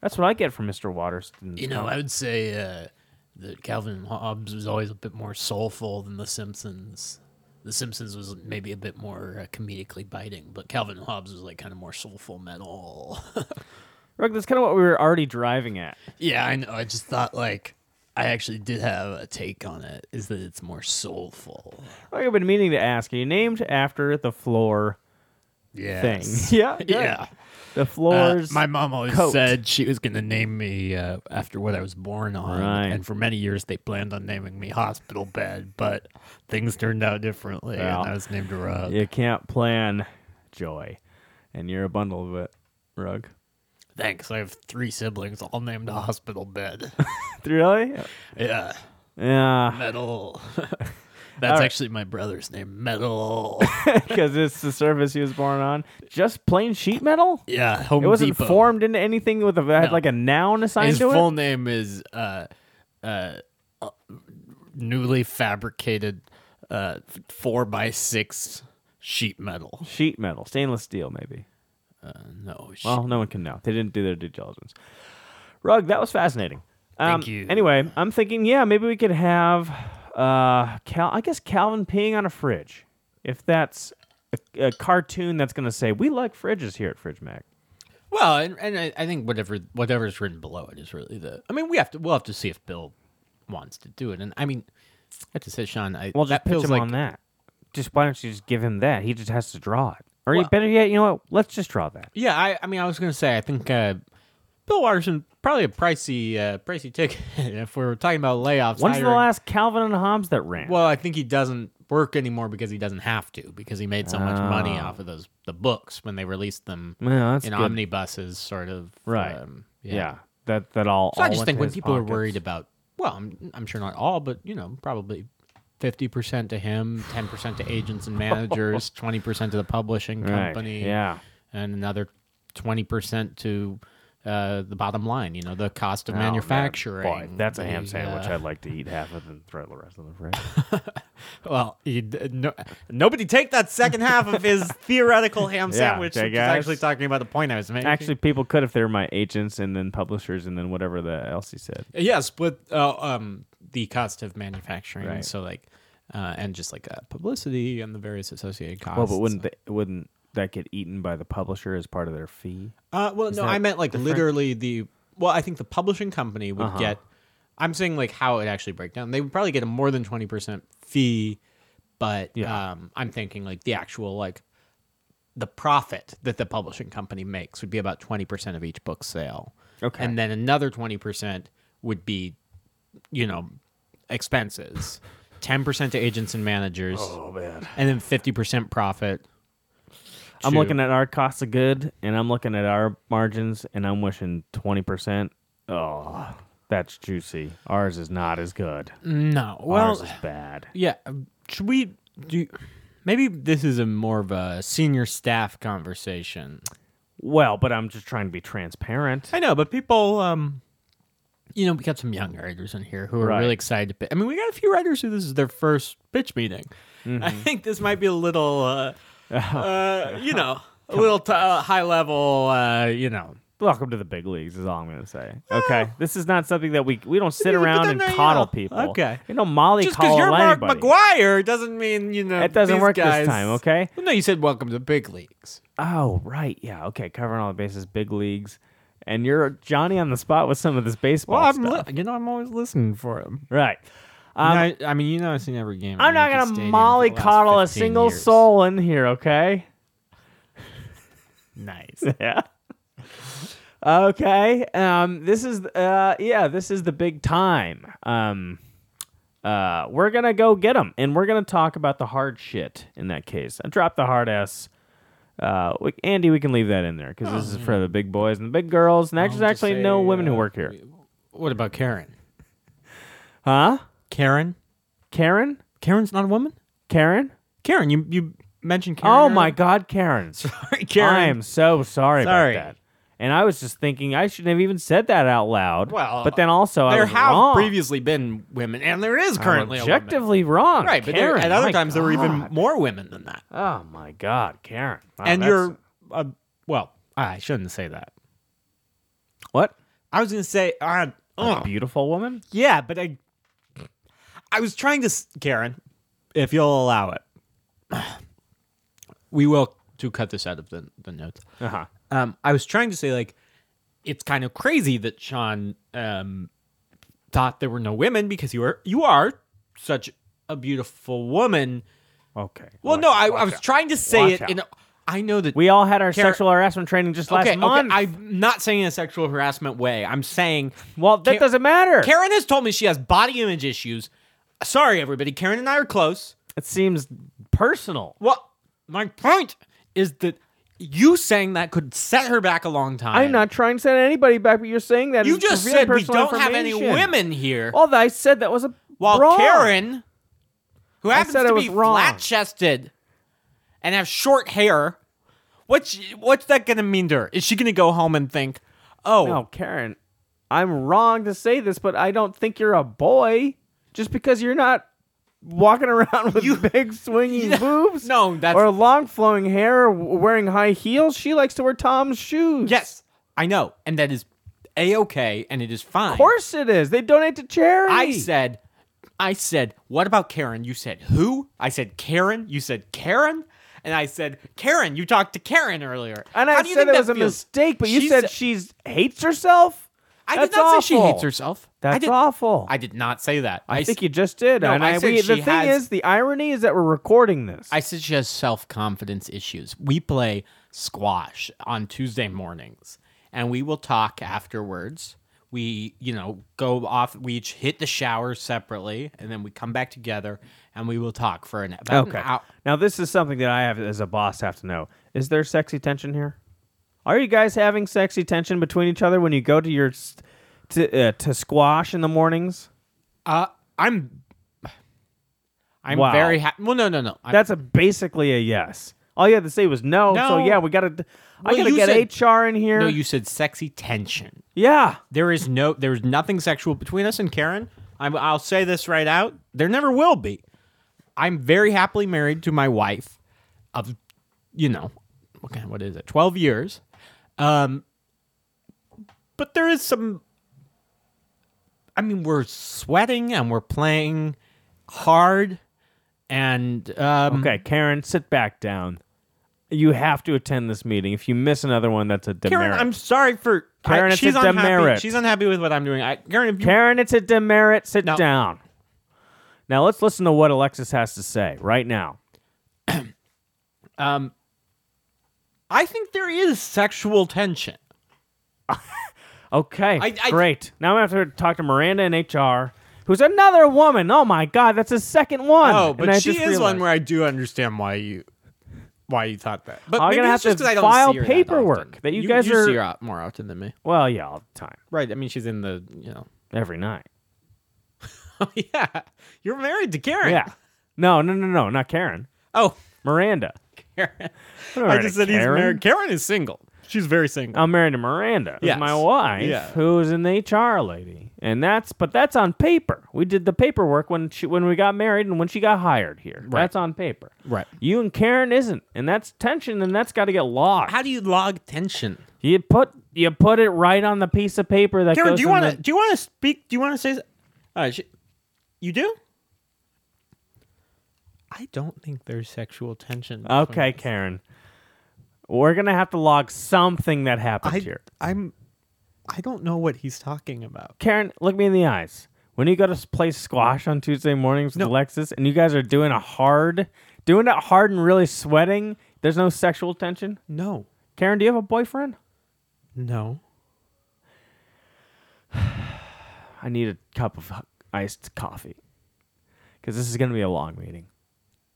[SPEAKER 1] That's what I get from Mister Waters.
[SPEAKER 4] You know, I would say uh, that Calvin and Hobbes was always a bit more soulful than The Simpsons. The Simpsons was maybe a bit more uh, comedically biting, but Calvin and Hobbes was like kind of more soulful metal.
[SPEAKER 1] Rick, that's kind of what we were already driving at.
[SPEAKER 4] yeah, I know. I just thought like I actually did have a take on it. Is that it's more soulful?
[SPEAKER 1] Oh, I've been meaning to ask. Are you named after the floor
[SPEAKER 4] Yeah.
[SPEAKER 1] thing? Yeah, good.
[SPEAKER 4] Yeah.
[SPEAKER 1] The
[SPEAKER 4] Uh,
[SPEAKER 1] floors.
[SPEAKER 4] my mom always
[SPEAKER 1] coat.
[SPEAKER 4] said she was going to name me uh, after what I was born on.
[SPEAKER 1] Right.
[SPEAKER 4] And for many years, they planned on naming me hospital bed, but things turned out differently,
[SPEAKER 1] Well,
[SPEAKER 4] and I was named Rug.
[SPEAKER 1] you can't plan joy, and you're a bundle of it, rug.
[SPEAKER 4] Thanks. I have three siblings, all named hospital bed.
[SPEAKER 1] Really?
[SPEAKER 4] yeah,
[SPEAKER 1] Yeah,
[SPEAKER 4] metal. That's actually my brother's name, Metal.
[SPEAKER 1] because it's the surface he was born on. Just plain sheet metal.
[SPEAKER 4] yeah, Home
[SPEAKER 1] It wasn't
[SPEAKER 4] Depot.
[SPEAKER 1] formed into anything with a had like a noun assigned
[SPEAKER 4] His
[SPEAKER 1] to
[SPEAKER 4] full
[SPEAKER 1] it.
[SPEAKER 4] name is uh, uh, uh, newly fabricated uh, four by six sheet metal.
[SPEAKER 1] Sheet metal, stainless steel, maybe.
[SPEAKER 4] No. sh-
[SPEAKER 1] Well, no one can know. They didn't do their due diligence. Rug, that was fascinating. Um,
[SPEAKER 4] Thank you.
[SPEAKER 1] Anyway, I'm thinking, yeah, maybe we could have, uh, Cal. I guess Calvin peeing on a fridge, if that's a, a cartoon that's going to say we like fridges here at Fridge Mag.
[SPEAKER 2] Well, and, and I, I think whatever whatever's written below it is really the. I mean, we have to we'll have to see if Bill wants to do it, and I mean, I have to say, Sean, I,
[SPEAKER 1] Well, just
[SPEAKER 2] that
[SPEAKER 1] pitch
[SPEAKER 2] feels
[SPEAKER 1] him
[SPEAKER 2] like
[SPEAKER 1] on that. Just why don't you just give him that? He just has to draw it, or you
[SPEAKER 2] Well-
[SPEAKER 1] better yet, you know what? Let's just draw that.
[SPEAKER 2] yeah. I, I mean, I was gonna say, I think uh, Bill Watterson probably a pricey uh, pricey ticket if we were talking about layoffs.
[SPEAKER 1] When's the
[SPEAKER 2] hiring-
[SPEAKER 1] last Calvin and Hobbes that ran?
[SPEAKER 2] Well, I think he doesn't work anymore because he doesn't have to because he made so much money off of those the books when they released them
[SPEAKER 1] Yeah, Oh. that's
[SPEAKER 2] in
[SPEAKER 1] good.
[SPEAKER 2] omnibuses, sort of.
[SPEAKER 1] Right.
[SPEAKER 2] Um,
[SPEAKER 1] yeah. that that all.
[SPEAKER 2] So I
[SPEAKER 1] all
[SPEAKER 2] just
[SPEAKER 1] went
[SPEAKER 2] think
[SPEAKER 1] to
[SPEAKER 2] when
[SPEAKER 1] his
[SPEAKER 2] people
[SPEAKER 1] pockets.
[SPEAKER 2] are worried about, well, I'm, I'm sure not all, but you know, probably fifty percent to him, ten percent to agents and managers, twenty percent to the publishing
[SPEAKER 1] Right,
[SPEAKER 2] company,
[SPEAKER 1] yeah.
[SPEAKER 2] and another twenty percent to uh, the bottom line. You know, the cost of
[SPEAKER 1] Oh, man.
[SPEAKER 2] manufacturing.
[SPEAKER 1] Boy, that's a ham
[SPEAKER 2] the,
[SPEAKER 1] sandwich.
[SPEAKER 2] uh,
[SPEAKER 1] I'd like to eat half of and throw the rest in the fridge.
[SPEAKER 2] well, you, d- no, nobody take that second half of his theoretical ham
[SPEAKER 1] Yeah,
[SPEAKER 2] sandwich.
[SPEAKER 1] okay,
[SPEAKER 2] which is
[SPEAKER 1] guys.
[SPEAKER 2] actually talking about the point I was making.
[SPEAKER 1] Actually, people could if they're my agents and then publishers and then whatever the else he said.
[SPEAKER 2] yeah, split uh, um, the cost of manufacturing.
[SPEAKER 1] Right.
[SPEAKER 2] So like, uh, and just like uh, publicity and the various associated costs.
[SPEAKER 1] Well, but wouldn't they, wouldn't that get eaten by the publisher as part of their fee?
[SPEAKER 2] Uh, well, no,
[SPEAKER 1] that
[SPEAKER 2] I meant like literally the. Well, I think the publishing company would
[SPEAKER 1] Uh-huh.
[SPEAKER 2] get. I'm saying like how it actually break down. They would probably get a more than twenty percent fee, but
[SPEAKER 1] Yeah.
[SPEAKER 2] um, I'm thinking like the actual like the profit that the publishing company makes would be about twenty percent of each book sale.
[SPEAKER 1] Okay.
[SPEAKER 2] and then another twenty percent would be, you know, expenses. Ten percent to agents and managers. Oh man! And then fifty percent profit.
[SPEAKER 1] I'm
[SPEAKER 2] to-
[SPEAKER 1] looking at our cost of good and I'm looking at our margins and I'm wishing 20%. Oh, that's juicy. Ours is not as good.
[SPEAKER 2] No,
[SPEAKER 1] Ours
[SPEAKER 2] well,
[SPEAKER 1] is bad.
[SPEAKER 2] Yeah. um, Should we do? Maybe this is a more of a senior staff conversation.
[SPEAKER 1] Well, but I'm just trying to be transparent.
[SPEAKER 2] I know, but people, um, you know, we got some young writers in here who are
[SPEAKER 1] Right.
[SPEAKER 2] really excited to pitch. I mean, we got a few writers who this is their first pitch meeting. I think this might be a little, uh, uh, you know, a little t- uh, high level, uh, you know.
[SPEAKER 1] Welcome to the big leagues is all I'm going to say. Okay. This is not something that we we don't sit
[SPEAKER 2] Yeah, but
[SPEAKER 1] around
[SPEAKER 2] then
[SPEAKER 1] and
[SPEAKER 2] they-
[SPEAKER 1] coddle
[SPEAKER 2] yeah.
[SPEAKER 1] people.
[SPEAKER 2] Okay.
[SPEAKER 1] You know, Molly
[SPEAKER 2] Just because
[SPEAKER 1] coddle
[SPEAKER 2] you're Mark
[SPEAKER 1] anybody.
[SPEAKER 2] McGuire doesn't mean you know
[SPEAKER 1] It doesn't
[SPEAKER 2] these
[SPEAKER 1] work
[SPEAKER 2] guys-
[SPEAKER 1] this time, okay?
[SPEAKER 2] Well, no, you said welcome to the big leagues.
[SPEAKER 1] Oh, right. Yeah. Okay. Covering all the bases, big leagues. And you're Johnny on the spot with some of this baseball
[SPEAKER 2] Well, I'm
[SPEAKER 1] stuff.
[SPEAKER 2] li- you know I'm always listening for him.
[SPEAKER 1] right. Um,
[SPEAKER 2] I, I mean, you know, I've seen every game.
[SPEAKER 1] I'm not going to mollycoddle a single soul in here, okay?
[SPEAKER 2] Nice.
[SPEAKER 1] Yeah. okay. Um, this is, uh, yeah, this is the big time. Um, uh, we're going to go get them, and we're going to talk about the hard shit in that case. I dropped the hard ass. Uh, we, Andy, we can leave that in there because this is for the big boys and the big girls, and there's
[SPEAKER 2] just
[SPEAKER 1] actually no
[SPEAKER 2] say,
[SPEAKER 1] women who
[SPEAKER 2] uh,
[SPEAKER 1] work here.
[SPEAKER 2] What about Karen?
[SPEAKER 1] Huh?
[SPEAKER 2] Karen?
[SPEAKER 1] Karen?
[SPEAKER 2] Karen's not a woman?
[SPEAKER 1] Karen?
[SPEAKER 2] Karen, you you mentioned Karen.
[SPEAKER 1] Oh
[SPEAKER 2] earlier?
[SPEAKER 1] my God, Karen.
[SPEAKER 2] Sorry,
[SPEAKER 1] I
[SPEAKER 2] Karen.
[SPEAKER 1] am so sorry,
[SPEAKER 2] Sorry.
[SPEAKER 1] about that. And I was just thinking I shouldn't have even said that out loud.
[SPEAKER 2] Well,
[SPEAKER 1] but then also I
[SPEAKER 2] there
[SPEAKER 1] was
[SPEAKER 2] have
[SPEAKER 1] wrong.
[SPEAKER 2] previously been women, and there is
[SPEAKER 1] I'm
[SPEAKER 2] currently a woman.
[SPEAKER 1] objectively wrong.
[SPEAKER 2] Right, but there,
[SPEAKER 1] Karen,
[SPEAKER 2] at other
[SPEAKER 1] my
[SPEAKER 2] times there were even
[SPEAKER 1] God.
[SPEAKER 2] more women than that.
[SPEAKER 1] Oh my God, Karen. Wow,
[SPEAKER 2] and
[SPEAKER 1] that's-
[SPEAKER 2] you're, uh, well, I shouldn't say that.
[SPEAKER 1] what?
[SPEAKER 2] I was going to say, uh,
[SPEAKER 1] A
[SPEAKER 2] oh,
[SPEAKER 1] beautiful woman?
[SPEAKER 2] yeah, but I, I was trying to, s- Karen, if you'll allow it. We will to cut this out of the, the notes.
[SPEAKER 1] Uh-huh.
[SPEAKER 2] um, I was trying to say like it's kind of crazy that Sean um, thought there were no women because you are you are such a beautiful woman.
[SPEAKER 1] Okay.
[SPEAKER 2] Well, no, I, I was trying to say
[SPEAKER 1] Watch
[SPEAKER 2] it
[SPEAKER 1] out.
[SPEAKER 2] in. A, I know that
[SPEAKER 1] We all had our
[SPEAKER 2] Karen-
[SPEAKER 1] sexual harassment training just last
[SPEAKER 2] okay, okay,
[SPEAKER 1] month.
[SPEAKER 2] I'm not saying in a sexual harassment way. I'm saying
[SPEAKER 1] well, that
[SPEAKER 2] Karen-
[SPEAKER 1] doesn't matter.
[SPEAKER 2] Karen has told me she has body image issues. Sorry, everybody. Karen and I are close.
[SPEAKER 1] it seems personal.
[SPEAKER 2] Well, my point is that you saying that could set her back a long time.
[SPEAKER 1] I'm not trying to send anybody back, but you're saying that
[SPEAKER 2] You
[SPEAKER 1] is
[SPEAKER 2] just
[SPEAKER 1] really
[SPEAKER 2] said we
[SPEAKER 1] personal
[SPEAKER 2] don't have any
[SPEAKER 1] information.
[SPEAKER 2] women here.
[SPEAKER 1] Well, I said that was a
[SPEAKER 2] While
[SPEAKER 1] wrong.
[SPEAKER 2] Karen, who happens
[SPEAKER 1] said
[SPEAKER 2] to
[SPEAKER 1] it was
[SPEAKER 2] be
[SPEAKER 1] wrong.
[SPEAKER 2] flat chested and have short hair, what's what's that gonna mean to her? Is she gonna go home and think, oh
[SPEAKER 1] No, Karen, I'm wrong to say this, but I don't think you're a boy just because you're not walking around with big swinging boobs.
[SPEAKER 2] no, that's-
[SPEAKER 1] or long flowing hair, or w- wearing high heels. She likes to wear Tom's shoes.
[SPEAKER 2] yes, I know, and that is a okay and it is fine.
[SPEAKER 1] of course it is. They donate to charity.
[SPEAKER 2] I said I said, what about Karen? You said who? I said Karen, you said Karen? And I said, Karen, you talked to Karen earlier.
[SPEAKER 1] and
[SPEAKER 2] How
[SPEAKER 1] I
[SPEAKER 2] do you
[SPEAKER 1] said
[SPEAKER 2] think
[SPEAKER 1] it
[SPEAKER 2] that
[SPEAKER 1] was a
[SPEAKER 2] feels?
[SPEAKER 1] mistake. But you
[SPEAKER 2] She's-
[SPEAKER 1] said she's hates herself.
[SPEAKER 2] I
[SPEAKER 1] That's
[SPEAKER 2] did not
[SPEAKER 1] awful.
[SPEAKER 2] say she hates herself. I
[SPEAKER 1] That's
[SPEAKER 2] did,
[SPEAKER 1] awful.
[SPEAKER 2] I did not say that.
[SPEAKER 1] I
[SPEAKER 2] s-
[SPEAKER 1] think you just did.
[SPEAKER 2] No,
[SPEAKER 1] and
[SPEAKER 2] I
[SPEAKER 1] I,
[SPEAKER 2] said
[SPEAKER 1] we, the
[SPEAKER 2] she
[SPEAKER 1] thing
[SPEAKER 2] has-
[SPEAKER 1] is, the irony is that we're recording this.
[SPEAKER 2] I said she has self confidence issues. We play squash on Tuesday mornings and we will talk afterwards. We, you know, go off, we each hit the shower separately and then we come back together and we will talk for an, about
[SPEAKER 1] Okay.
[SPEAKER 2] an hour.
[SPEAKER 1] Now this is something that I have as a boss have to know. Is there sexy tension here? Are you guys having sexy tension between each other when you go to your s- to uh, to squash in the mornings?
[SPEAKER 2] Uh, I'm. I'm
[SPEAKER 1] Wow.
[SPEAKER 2] very happy. Well, no, no, no. I'm,
[SPEAKER 1] That's a basically a yes. All you had to say was no. So
[SPEAKER 2] No.
[SPEAKER 1] yeah, we got to. I
[SPEAKER 2] Well,
[SPEAKER 1] gotta
[SPEAKER 2] you
[SPEAKER 1] get
[SPEAKER 2] said-
[SPEAKER 1] HR in here.
[SPEAKER 2] No, you said sexy tension.
[SPEAKER 1] yeah.
[SPEAKER 2] There is no, there's nothing sexual between us and Karen. I'm, I'll say this right out. There never will be. I'm very happily married to my wife of, you know, what kind? What is it? Twelve years. Um, but there is some. I mean, we're sweating and we're playing hard, and um,
[SPEAKER 1] Okay, Karen, sit back down. You have to attend this meeting. If you miss another one, that's a demerit.
[SPEAKER 2] Karen, I'm sorry for
[SPEAKER 1] Karen,
[SPEAKER 2] I-
[SPEAKER 1] it's
[SPEAKER 2] she's
[SPEAKER 1] a
[SPEAKER 2] unhappy.
[SPEAKER 1] demerit.
[SPEAKER 2] She's unhappy with what I'm doing. I, Karen, if you
[SPEAKER 1] Karen, it's a demerit. Sit
[SPEAKER 2] No.
[SPEAKER 1] down. Now let's listen to what Alexis has to say right now.
[SPEAKER 2] Um, I think there is sexual tension.
[SPEAKER 1] Okay,
[SPEAKER 2] I- I-
[SPEAKER 1] great. Now I have to talk to Miranda in HR, who's another woman. Oh my God, that's a second one.
[SPEAKER 2] Oh,
[SPEAKER 1] And I
[SPEAKER 2] but she is
[SPEAKER 1] just
[SPEAKER 2] one
[SPEAKER 1] realized.
[SPEAKER 2] where I do understand why you why you thought that. But
[SPEAKER 1] I'm
[SPEAKER 2] maybe
[SPEAKER 1] gonna
[SPEAKER 2] it's
[SPEAKER 1] have
[SPEAKER 2] just
[SPEAKER 1] to
[SPEAKER 2] 'cause I don't
[SPEAKER 1] file
[SPEAKER 2] see her that
[SPEAKER 1] paperwork
[SPEAKER 2] often.
[SPEAKER 1] that you guys are-
[SPEAKER 2] see her out more often than me.
[SPEAKER 1] Well, yeah, all the time,
[SPEAKER 2] Right. I mean, she's in the you know. Oh,
[SPEAKER 1] every night.
[SPEAKER 2] yeah, you're married to Karen.
[SPEAKER 1] Yeah. No, no, no, no, not Karen.
[SPEAKER 2] Oh,
[SPEAKER 1] Miranda.
[SPEAKER 2] Karen.
[SPEAKER 1] I'm not
[SPEAKER 2] I
[SPEAKER 1] married
[SPEAKER 2] just
[SPEAKER 1] to
[SPEAKER 2] said he's
[SPEAKER 1] Karen.
[SPEAKER 2] married. Karen is single. She's very single.
[SPEAKER 1] I'm married to Miranda, who's
[SPEAKER 2] Yes.
[SPEAKER 1] my wife,
[SPEAKER 2] Yeah.
[SPEAKER 1] who's an HR lady, and that's but that's on paper. We did the paperwork when she when we got married and when she got hired here. That's on paper.
[SPEAKER 2] Right.
[SPEAKER 1] You and Karen isn't, and that's tension, and that's got to get logged.
[SPEAKER 2] How do you log tension?
[SPEAKER 1] you put you put it right on the piece of paper that
[SPEAKER 3] Karen,
[SPEAKER 1] goes
[SPEAKER 3] do you
[SPEAKER 1] in
[SPEAKER 3] want to
[SPEAKER 1] the-
[SPEAKER 3] do you want to speak? Do you want to say?
[SPEAKER 2] Uh, she,
[SPEAKER 3] You do?
[SPEAKER 2] I don't think there's sexual tension.
[SPEAKER 1] Okay, Karen. We're gonna have to log something that happened
[SPEAKER 2] I,
[SPEAKER 1] here.
[SPEAKER 2] I'm. I don't know what he's talking about.
[SPEAKER 1] Karen, look me in the eyes. When you go to s- play squash on Tuesday mornings with Alexis and you guys are doing a hard, doing it hard and really sweating, there's no sexual tension.
[SPEAKER 2] No.
[SPEAKER 1] Karen, do you have a boyfriend?
[SPEAKER 2] No.
[SPEAKER 1] I need a cup of h- iced coffee because this is going to be a long meeting.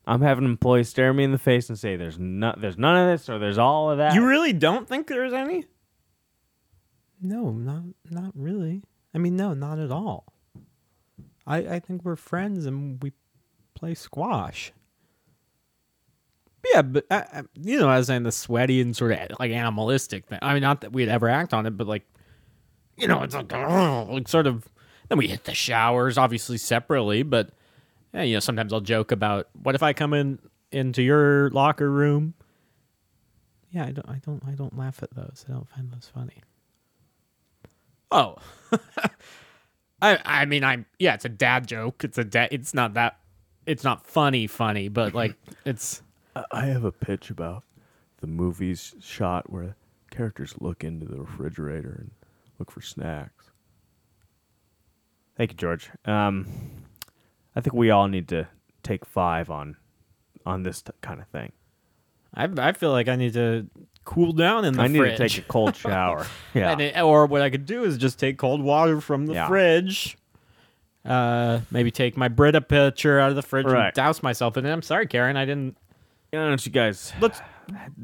[SPEAKER 1] I'm having employees stare me in the face and say, "There's not, there's none of this, or there's all of that."
[SPEAKER 2] You really don't think there's any? No, not not really. I mean, no, not at all. I I think we're friends and we play squash. Yeah, but I, I, you know, I was saying the sweaty and sort of like animalistic thing. I mean, not that we'd ever act on it, but like, you know, it's like, like sort of. Then we hit the showers, obviously separately, but yeah, you know, sometimes I'll joke about what if I come in into your locker room yeah, I don't, I don't, I don't laugh at those. I don't find those funny. Oh, I, I mean, I'm, yeah, it's a dad joke. It's a dad. It's not that. It's not funny, funny, but like, it's.
[SPEAKER 6] I have a pitch about the movie's shot where characters look into the refrigerator and look for snacks.
[SPEAKER 1] Thank you, George. Um, I think we all need to take five on, on this t- kind of thing.
[SPEAKER 2] I, I feel like I need to cool down in the
[SPEAKER 1] I need
[SPEAKER 2] fridge.
[SPEAKER 1] to take a cold shower. yeah.
[SPEAKER 2] And it- or what I could do is just take cold water from the
[SPEAKER 1] Yeah.
[SPEAKER 2] fridge. Uh, maybe take my Brita pitcher out of the fridge
[SPEAKER 1] Right.
[SPEAKER 2] and douse myself in it. I'm sorry, Karen. I didn't.
[SPEAKER 1] Why don't you guys
[SPEAKER 2] Let's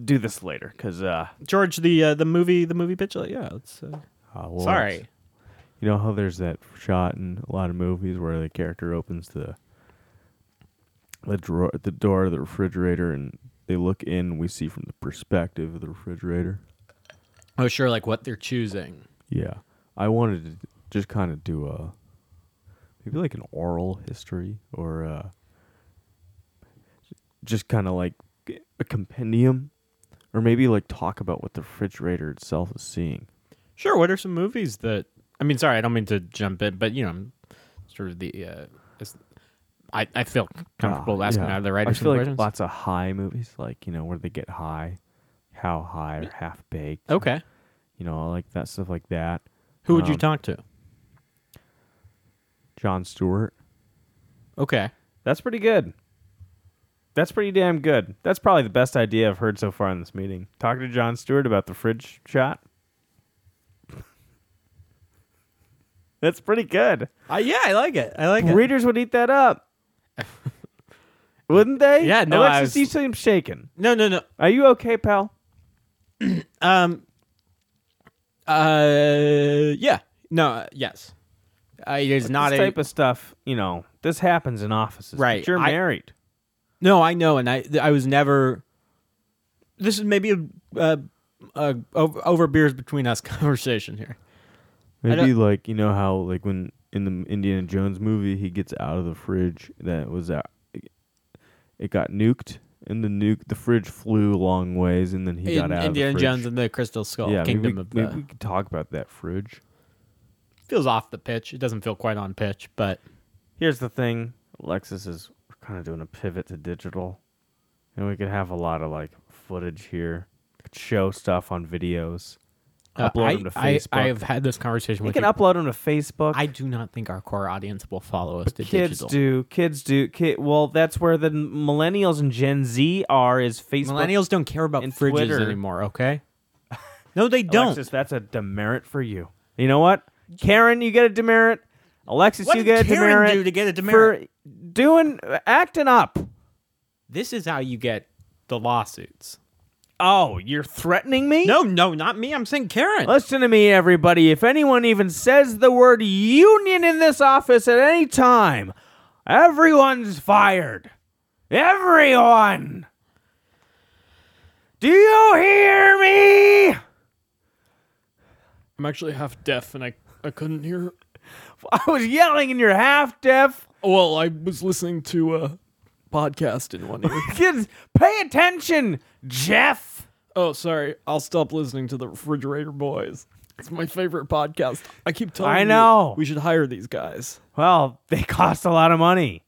[SPEAKER 1] do this later? Because uh,
[SPEAKER 2] George the uh, the movie the movie pitch. Yeah, it's uh,
[SPEAKER 6] Uh, well,
[SPEAKER 2] sorry.
[SPEAKER 6] You know how there's that shot in a lot of movies where the character opens the the drawer, the door of the refrigerator, and they look in. and We see from the perspective of the refrigerator.
[SPEAKER 2] Oh, sure, like what they're choosing.
[SPEAKER 6] Yeah, I wanted to just kind of do a maybe like an oral history or uh just kind of like a compendium, or maybe like talk about what the refrigerator itself is seeing.
[SPEAKER 2] Sure. What are some movies that? I mean, sorry, I don't mean to jump in, but you know, I'm sort of the. Uh, it's- I I feel comfortable
[SPEAKER 6] Ah,
[SPEAKER 2] asking
[SPEAKER 6] yeah.
[SPEAKER 2] either writer
[SPEAKER 6] I
[SPEAKER 2] some
[SPEAKER 6] feel like
[SPEAKER 2] questions.
[SPEAKER 6] lots of high movies, like you know where they get high, how high or half baked.
[SPEAKER 2] okay.
[SPEAKER 6] you know I like that stuff like that.
[SPEAKER 2] Who would you
[SPEAKER 6] Um,
[SPEAKER 2] talk to?
[SPEAKER 6] John Stewart.
[SPEAKER 2] Okay.
[SPEAKER 1] That's pretty good. That's pretty damn good. That's probably the best idea I've heard so far in this meeting. Talking to John Stewart about the fridge shot. That's pretty good.
[SPEAKER 2] Uh, yeah, I like it. I like
[SPEAKER 1] Readers would eat that up. Wouldn't they?
[SPEAKER 2] Yeah, no,
[SPEAKER 1] Alexis,
[SPEAKER 2] I was-
[SPEAKER 1] you seem shaken.
[SPEAKER 2] No, no, no.
[SPEAKER 1] Are you okay, pal?
[SPEAKER 2] Um. Uh. Yeah. No. uh, yes. Uh, it is not
[SPEAKER 1] this
[SPEAKER 2] a
[SPEAKER 1] type of stuff, you know, this happens in offices. but
[SPEAKER 2] Right,
[SPEAKER 1] You're
[SPEAKER 2] I-
[SPEAKER 1] married.
[SPEAKER 2] No, I know, and I th- I was never. This is maybe a uh, uh, over, over beers between us conversation here.
[SPEAKER 6] Maybe like you know how like when in the Indiana Jones movie he gets out of the fridge that was out, it got nuked and the nuke the fridge flew long ways and then he
[SPEAKER 2] In-
[SPEAKER 6] got out
[SPEAKER 2] Indiana
[SPEAKER 6] of the fridge.
[SPEAKER 2] Jones and the Crystal Skull
[SPEAKER 6] yeah, maybe
[SPEAKER 2] Kingdom
[SPEAKER 6] we,
[SPEAKER 2] of the
[SPEAKER 6] maybe we could talk about that fridge.
[SPEAKER 2] feels off the pitch. It doesn't feel quite on pitch, but
[SPEAKER 1] Here's the thing Lexus is kind of doing a pivot to digital, and we could have a lot of like footage here, could show stuff on videos.
[SPEAKER 2] uh,
[SPEAKER 1] upload
[SPEAKER 2] I,
[SPEAKER 1] them to
[SPEAKER 2] I,
[SPEAKER 1] Facebook.
[SPEAKER 2] I have had this conversation
[SPEAKER 1] We
[SPEAKER 2] with
[SPEAKER 1] can
[SPEAKER 2] you.
[SPEAKER 1] upload them to Facebook.
[SPEAKER 2] I do not think our core audience will follow us to
[SPEAKER 1] kids
[SPEAKER 2] digital.
[SPEAKER 1] do. Kids do. Ki- well, that's where the millennials and Gen Z are. Is Facebook?
[SPEAKER 2] Millennials don't care about
[SPEAKER 1] and
[SPEAKER 2] fridges
[SPEAKER 1] Twitter.
[SPEAKER 2] anymore. Okay. No, they don't.
[SPEAKER 1] Alexis, that's a demerit for you. You know what, Karen, you get a demerit. Alexis,
[SPEAKER 2] What
[SPEAKER 1] you get a
[SPEAKER 2] did Karen
[SPEAKER 1] demerit
[SPEAKER 2] do to get a demerit?
[SPEAKER 1] for doing acting up.
[SPEAKER 2] This is how you get the lawsuits.
[SPEAKER 1] Oh, you're threatening me?
[SPEAKER 2] No, no, not me. I'm saying Karen.
[SPEAKER 1] Listen to me, everybody. If anyone even says the word union in this office at any time, everyone's fired. Everyone. Do you hear me?
[SPEAKER 4] I'm actually half deaf, and I I couldn't hear.
[SPEAKER 1] I was yelling and you're half deaf.
[SPEAKER 4] Well, I was listening to a podcast in one ear.
[SPEAKER 1] Kids, pay attention, Jeff.
[SPEAKER 4] oh, sorry. I'll stop listening to the Refrigerator Boys. It's my favorite podcast. I keep telling
[SPEAKER 1] I
[SPEAKER 4] you
[SPEAKER 1] know.
[SPEAKER 4] we should hire these guys.
[SPEAKER 1] Well, they cost a lot of money.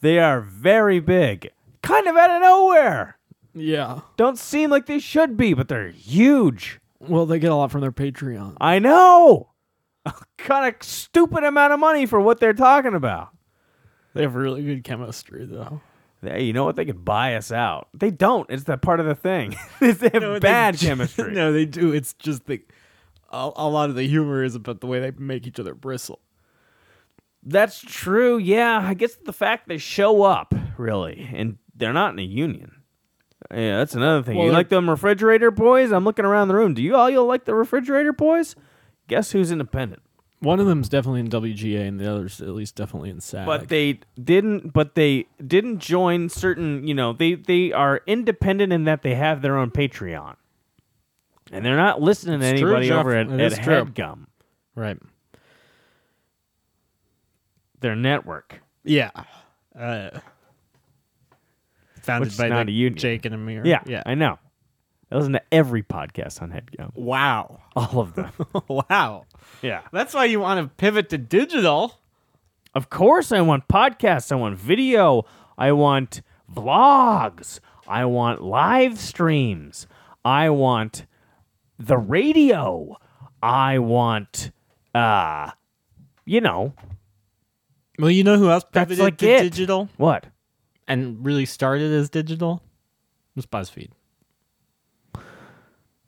[SPEAKER 1] They are very big, kind of out of nowhere.
[SPEAKER 4] Yeah.
[SPEAKER 1] Don't seem like they should be, but they're huge.
[SPEAKER 4] Well, they get a lot from their Patreon.
[SPEAKER 1] I know. kind of stupid amount of money for what they're talking about.
[SPEAKER 4] They have really good chemistry, though.
[SPEAKER 1] Hey, you know what? They could buy us out. They don't. It's that part of the thing. Is they have bad chemistry.
[SPEAKER 4] no, they do. It's just the a, a lot of the humor is about the way they make each other bristle.
[SPEAKER 1] That's true. Yeah, I guess the fact they show up really, and they're not in a union. Yeah, that's another thing. you
[SPEAKER 4] Well,
[SPEAKER 1] like them refrigerator boys? I'm looking around the room. Do you all you like the refrigerator boys? Guess who's independent?
[SPEAKER 4] One of them's definitely in WGA, and the other's at least definitely in SAG.
[SPEAKER 1] but they didn't but they didn't join certain you know they they are independent in that they have their own patreon and they're not listening to
[SPEAKER 2] It's true,
[SPEAKER 1] anybody
[SPEAKER 2] Jeff.
[SPEAKER 1] over at,
[SPEAKER 2] It
[SPEAKER 1] at
[SPEAKER 2] is true.
[SPEAKER 1] headgum
[SPEAKER 2] right.
[SPEAKER 1] their network
[SPEAKER 2] Yeah. Uh, founded
[SPEAKER 1] Which is
[SPEAKER 2] by
[SPEAKER 1] not
[SPEAKER 2] the
[SPEAKER 1] a union.
[SPEAKER 2] Jake and Amir.
[SPEAKER 1] yeah
[SPEAKER 2] Yeah.
[SPEAKER 1] i know i listen to every podcast on headgum
[SPEAKER 2] wow.
[SPEAKER 1] all of them
[SPEAKER 2] wow.
[SPEAKER 1] yeah
[SPEAKER 2] That's why you want to pivot to digital.
[SPEAKER 1] of course i want podcasts i want video i want vlogs i want live streams i want the radio i want uh you know
[SPEAKER 2] Well, you know who else
[SPEAKER 1] That's
[SPEAKER 2] pivoted
[SPEAKER 1] like
[SPEAKER 2] to
[SPEAKER 1] it.
[SPEAKER 2] digital
[SPEAKER 1] What?
[SPEAKER 2] and really started as digital? It was BuzzFeed.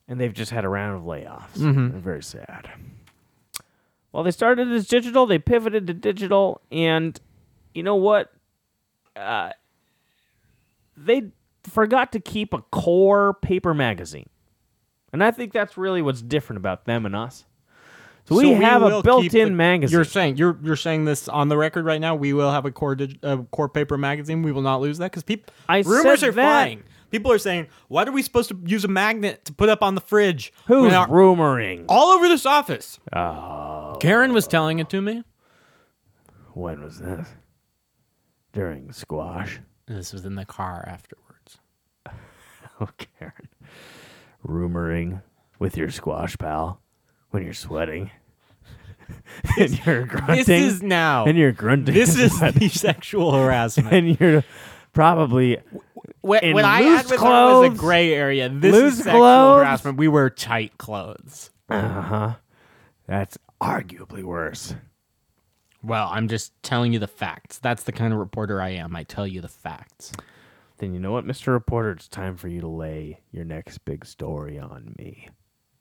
[SPEAKER 1] And they've just had a round of layoffs.
[SPEAKER 2] Mm-hmm.
[SPEAKER 1] They're very sad. Well, they started as digital, they pivoted to digital, and you know what? Uh, they forgot to keep a core paper magazine. And I think that's really what's different about them and us. So, we, have
[SPEAKER 2] will
[SPEAKER 1] a
[SPEAKER 2] keep
[SPEAKER 1] built-in
[SPEAKER 2] the-
[SPEAKER 1] magazine.
[SPEAKER 2] You're saying you're you're saying this on the record right now. We will have a core dig, uh, core paper magazine. We will not lose that because people
[SPEAKER 1] I
[SPEAKER 2] rumors
[SPEAKER 1] said
[SPEAKER 2] are
[SPEAKER 1] that.
[SPEAKER 2] flying. People are saying, "What are we supposed to use a magnet to put up on the fridge?"
[SPEAKER 1] Who's
[SPEAKER 2] When our-
[SPEAKER 1] rumoring? Oh,
[SPEAKER 2] all over this office? Karen was telling it to me.
[SPEAKER 1] When was this? During squash.
[SPEAKER 2] This was in the car afterwards.
[SPEAKER 1] Oh, Karen. Rumoring with your squash pal when you're sweating. and you're grunting.
[SPEAKER 2] This is now.
[SPEAKER 1] and you're grunting.
[SPEAKER 2] This is the sexual harassment.
[SPEAKER 1] and you're probably
[SPEAKER 2] When,
[SPEAKER 1] in
[SPEAKER 2] when I
[SPEAKER 1] loose
[SPEAKER 2] had with her it was
[SPEAKER 1] clothes-
[SPEAKER 2] a gray area. This
[SPEAKER 1] loose
[SPEAKER 2] is sexual
[SPEAKER 1] clothes.
[SPEAKER 2] harassment. We wear tight clothes.
[SPEAKER 1] that's arguably worse.
[SPEAKER 2] Well, I'm just telling you the facts. That's the kind of reporter I am. I tell you the facts.
[SPEAKER 1] Then you know what, Mr. Reporter, it's time for you to lay your next big story on me.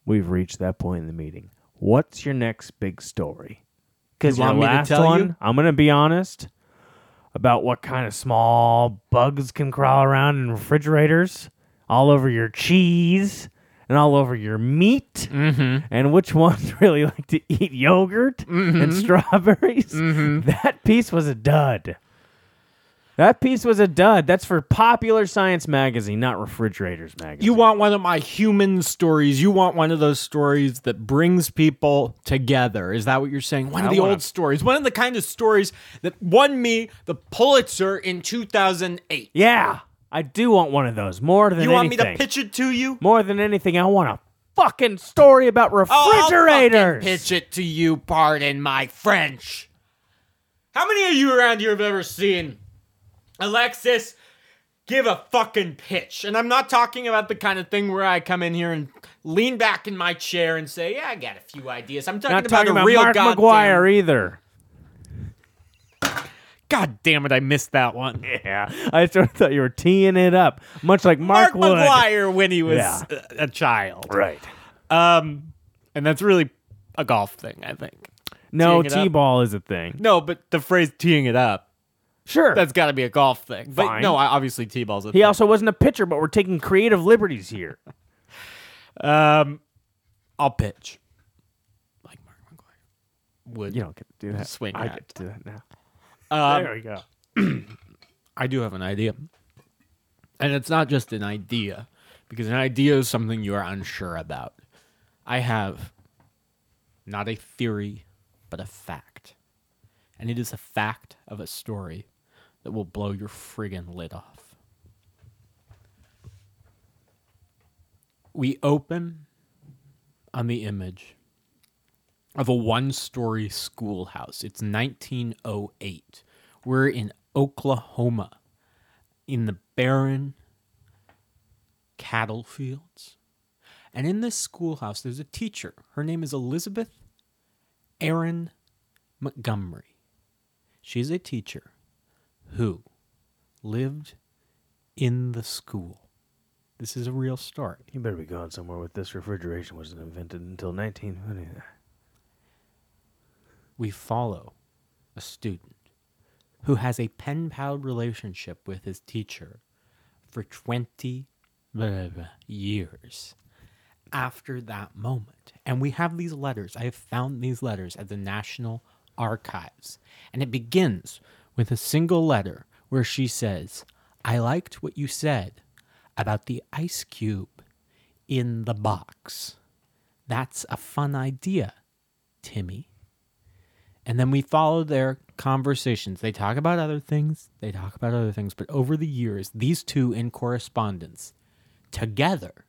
[SPEAKER 1] We've reached that point in the meeting. What's your next big story? Because
[SPEAKER 2] You
[SPEAKER 1] your
[SPEAKER 2] want me to
[SPEAKER 1] last
[SPEAKER 2] tell
[SPEAKER 1] one,
[SPEAKER 2] you?
[SPEAKER 1] I'm gonna be honest about what kind of small bugs can crawl around in refrigerators, all over your cheese, and all over your meat,
[SPEAKER 2] Mm-hmm.
[SPEAKER 1] and which ones really like to eat
[SPEAKER 2] Mm-hmm.
[SPEAKER 1] yogurt and strawberries. That piece was a dud. That piece was a dud. That's for Popular Science magazine, not Refrigerators magazine.
[SPEAKER 2] You want one of my human stories. You want one of those stories that brings people together. Is that what you're saying? One of
[SPEAKER 1] I
[SPEAKER 2] the
[SPEAKER 1] wanna-
[SPEAKER 2] old stories. One of the kind of stories that won me the Pulitzer in 2008.
[SPEAKER 1] Yeah, I do want one of those more than
[SPEAKER 2] You want me
[SPEAKER 1] anything.
[SPEAKER 2] to pitch it to you?
[SPEAKER 1] more than anything. I want a fucking story about
[SPEAKER 2] Oh, I'll fucking
[SPEAKER 1] refrigerators.
[SPEAKER 2] pitch it to you, pardon my French. How many of you around here have ever seen Alexis give a fucking pitch? And I'm not talking about the kind of thing where I come in here and lean back in my chair and say, "Yeah, I got a few ideas." I'm talking
[SPEAKER 1] Not
[SPEAKER 2] about
[SPEAKER 1] talking
[SPEAKER 2] a
[SPEAKER 1] about
[SPEAKER 2] real
[SPEAKER 1] Mark
[SPEAKER 2] goddamn.
[SPEAKER 1] McGuire either.
[SPEAKER 2] God damn it, I missed that one.
[SPEAKER 1] Yeah, I sort of thought you were teeing it up, much like Mark,
[SPEAKER 2] Mark
[SPEAKER 1] Wood.
[SPEAKER 2] McGuire when he was uh,
[SPEAKER 1] Yeah.
[SPEAKER 2] a- a child.
[SPEAKER 1] Right.
[SPEAKER 2] Um, and that's really a golf thing, I think.
[SPEAKER 1] No,
[SPEAKER 2] Teeing it up.
[SPEAKER 1] t-ball is a thing.
[SPEAKER 2] No, but the phrase "teeing it up."
[SPEAKER 1] Sure.
[SPEAKER 2] That's got to be a golf thing. But
[SPEAKER 1] Fine.
[SPEAKER 2] no, I obviously T-ball's a
[SPEAKER 1] he
[SPEAKER 2] thing.
[SPEAKER 1] also wasn't a pitcher, but we're taking creative liberties here.
[SPEAKER 2] um, I'll pitch. Like Mark McGuire. Would.
[SPEAKER 1] You don't get to do that.
[SPEAKER 2] Swing
[SPEAKER 1] I
[SPEAKER 2] hat.
[SPEAKER 1] get to do that now.
[SPEAKER 2] Um,
[SPEAKER 1] there we go.
[SPEAKER 2] I do have an idea. And it's not just an idea, because an idea is something you are unsure about. I have not a theory, but a fact. And it is a fact of a story that will blow your friggin' lid off. We open on the image of a one story schoolhouse. It's 1908. We're in Oklahoma in the barren cattle fields. And in this schoolhouse, there's a teacher. Her name is Elizabeth Aaron Montgomery. She's a teacher who lived in the school. This is a real story.
[SPEAKER 1] You better be going somewhere with this. Refrigeration wasn't invented until 1900.
[SPEAKER 2] we follow a student who has a pen pal relationship with his teacher for 20 blah, blah, years after that moment. And we have these letters. I have found these letters at the National Archives. And it begins with a single letter where she says, I liked what you said about the ice cube in the box. That's a fun idea, Timmy. And then we follow their conversations. They talk about other things, they talk about other things, but over the years, these two in correspondence together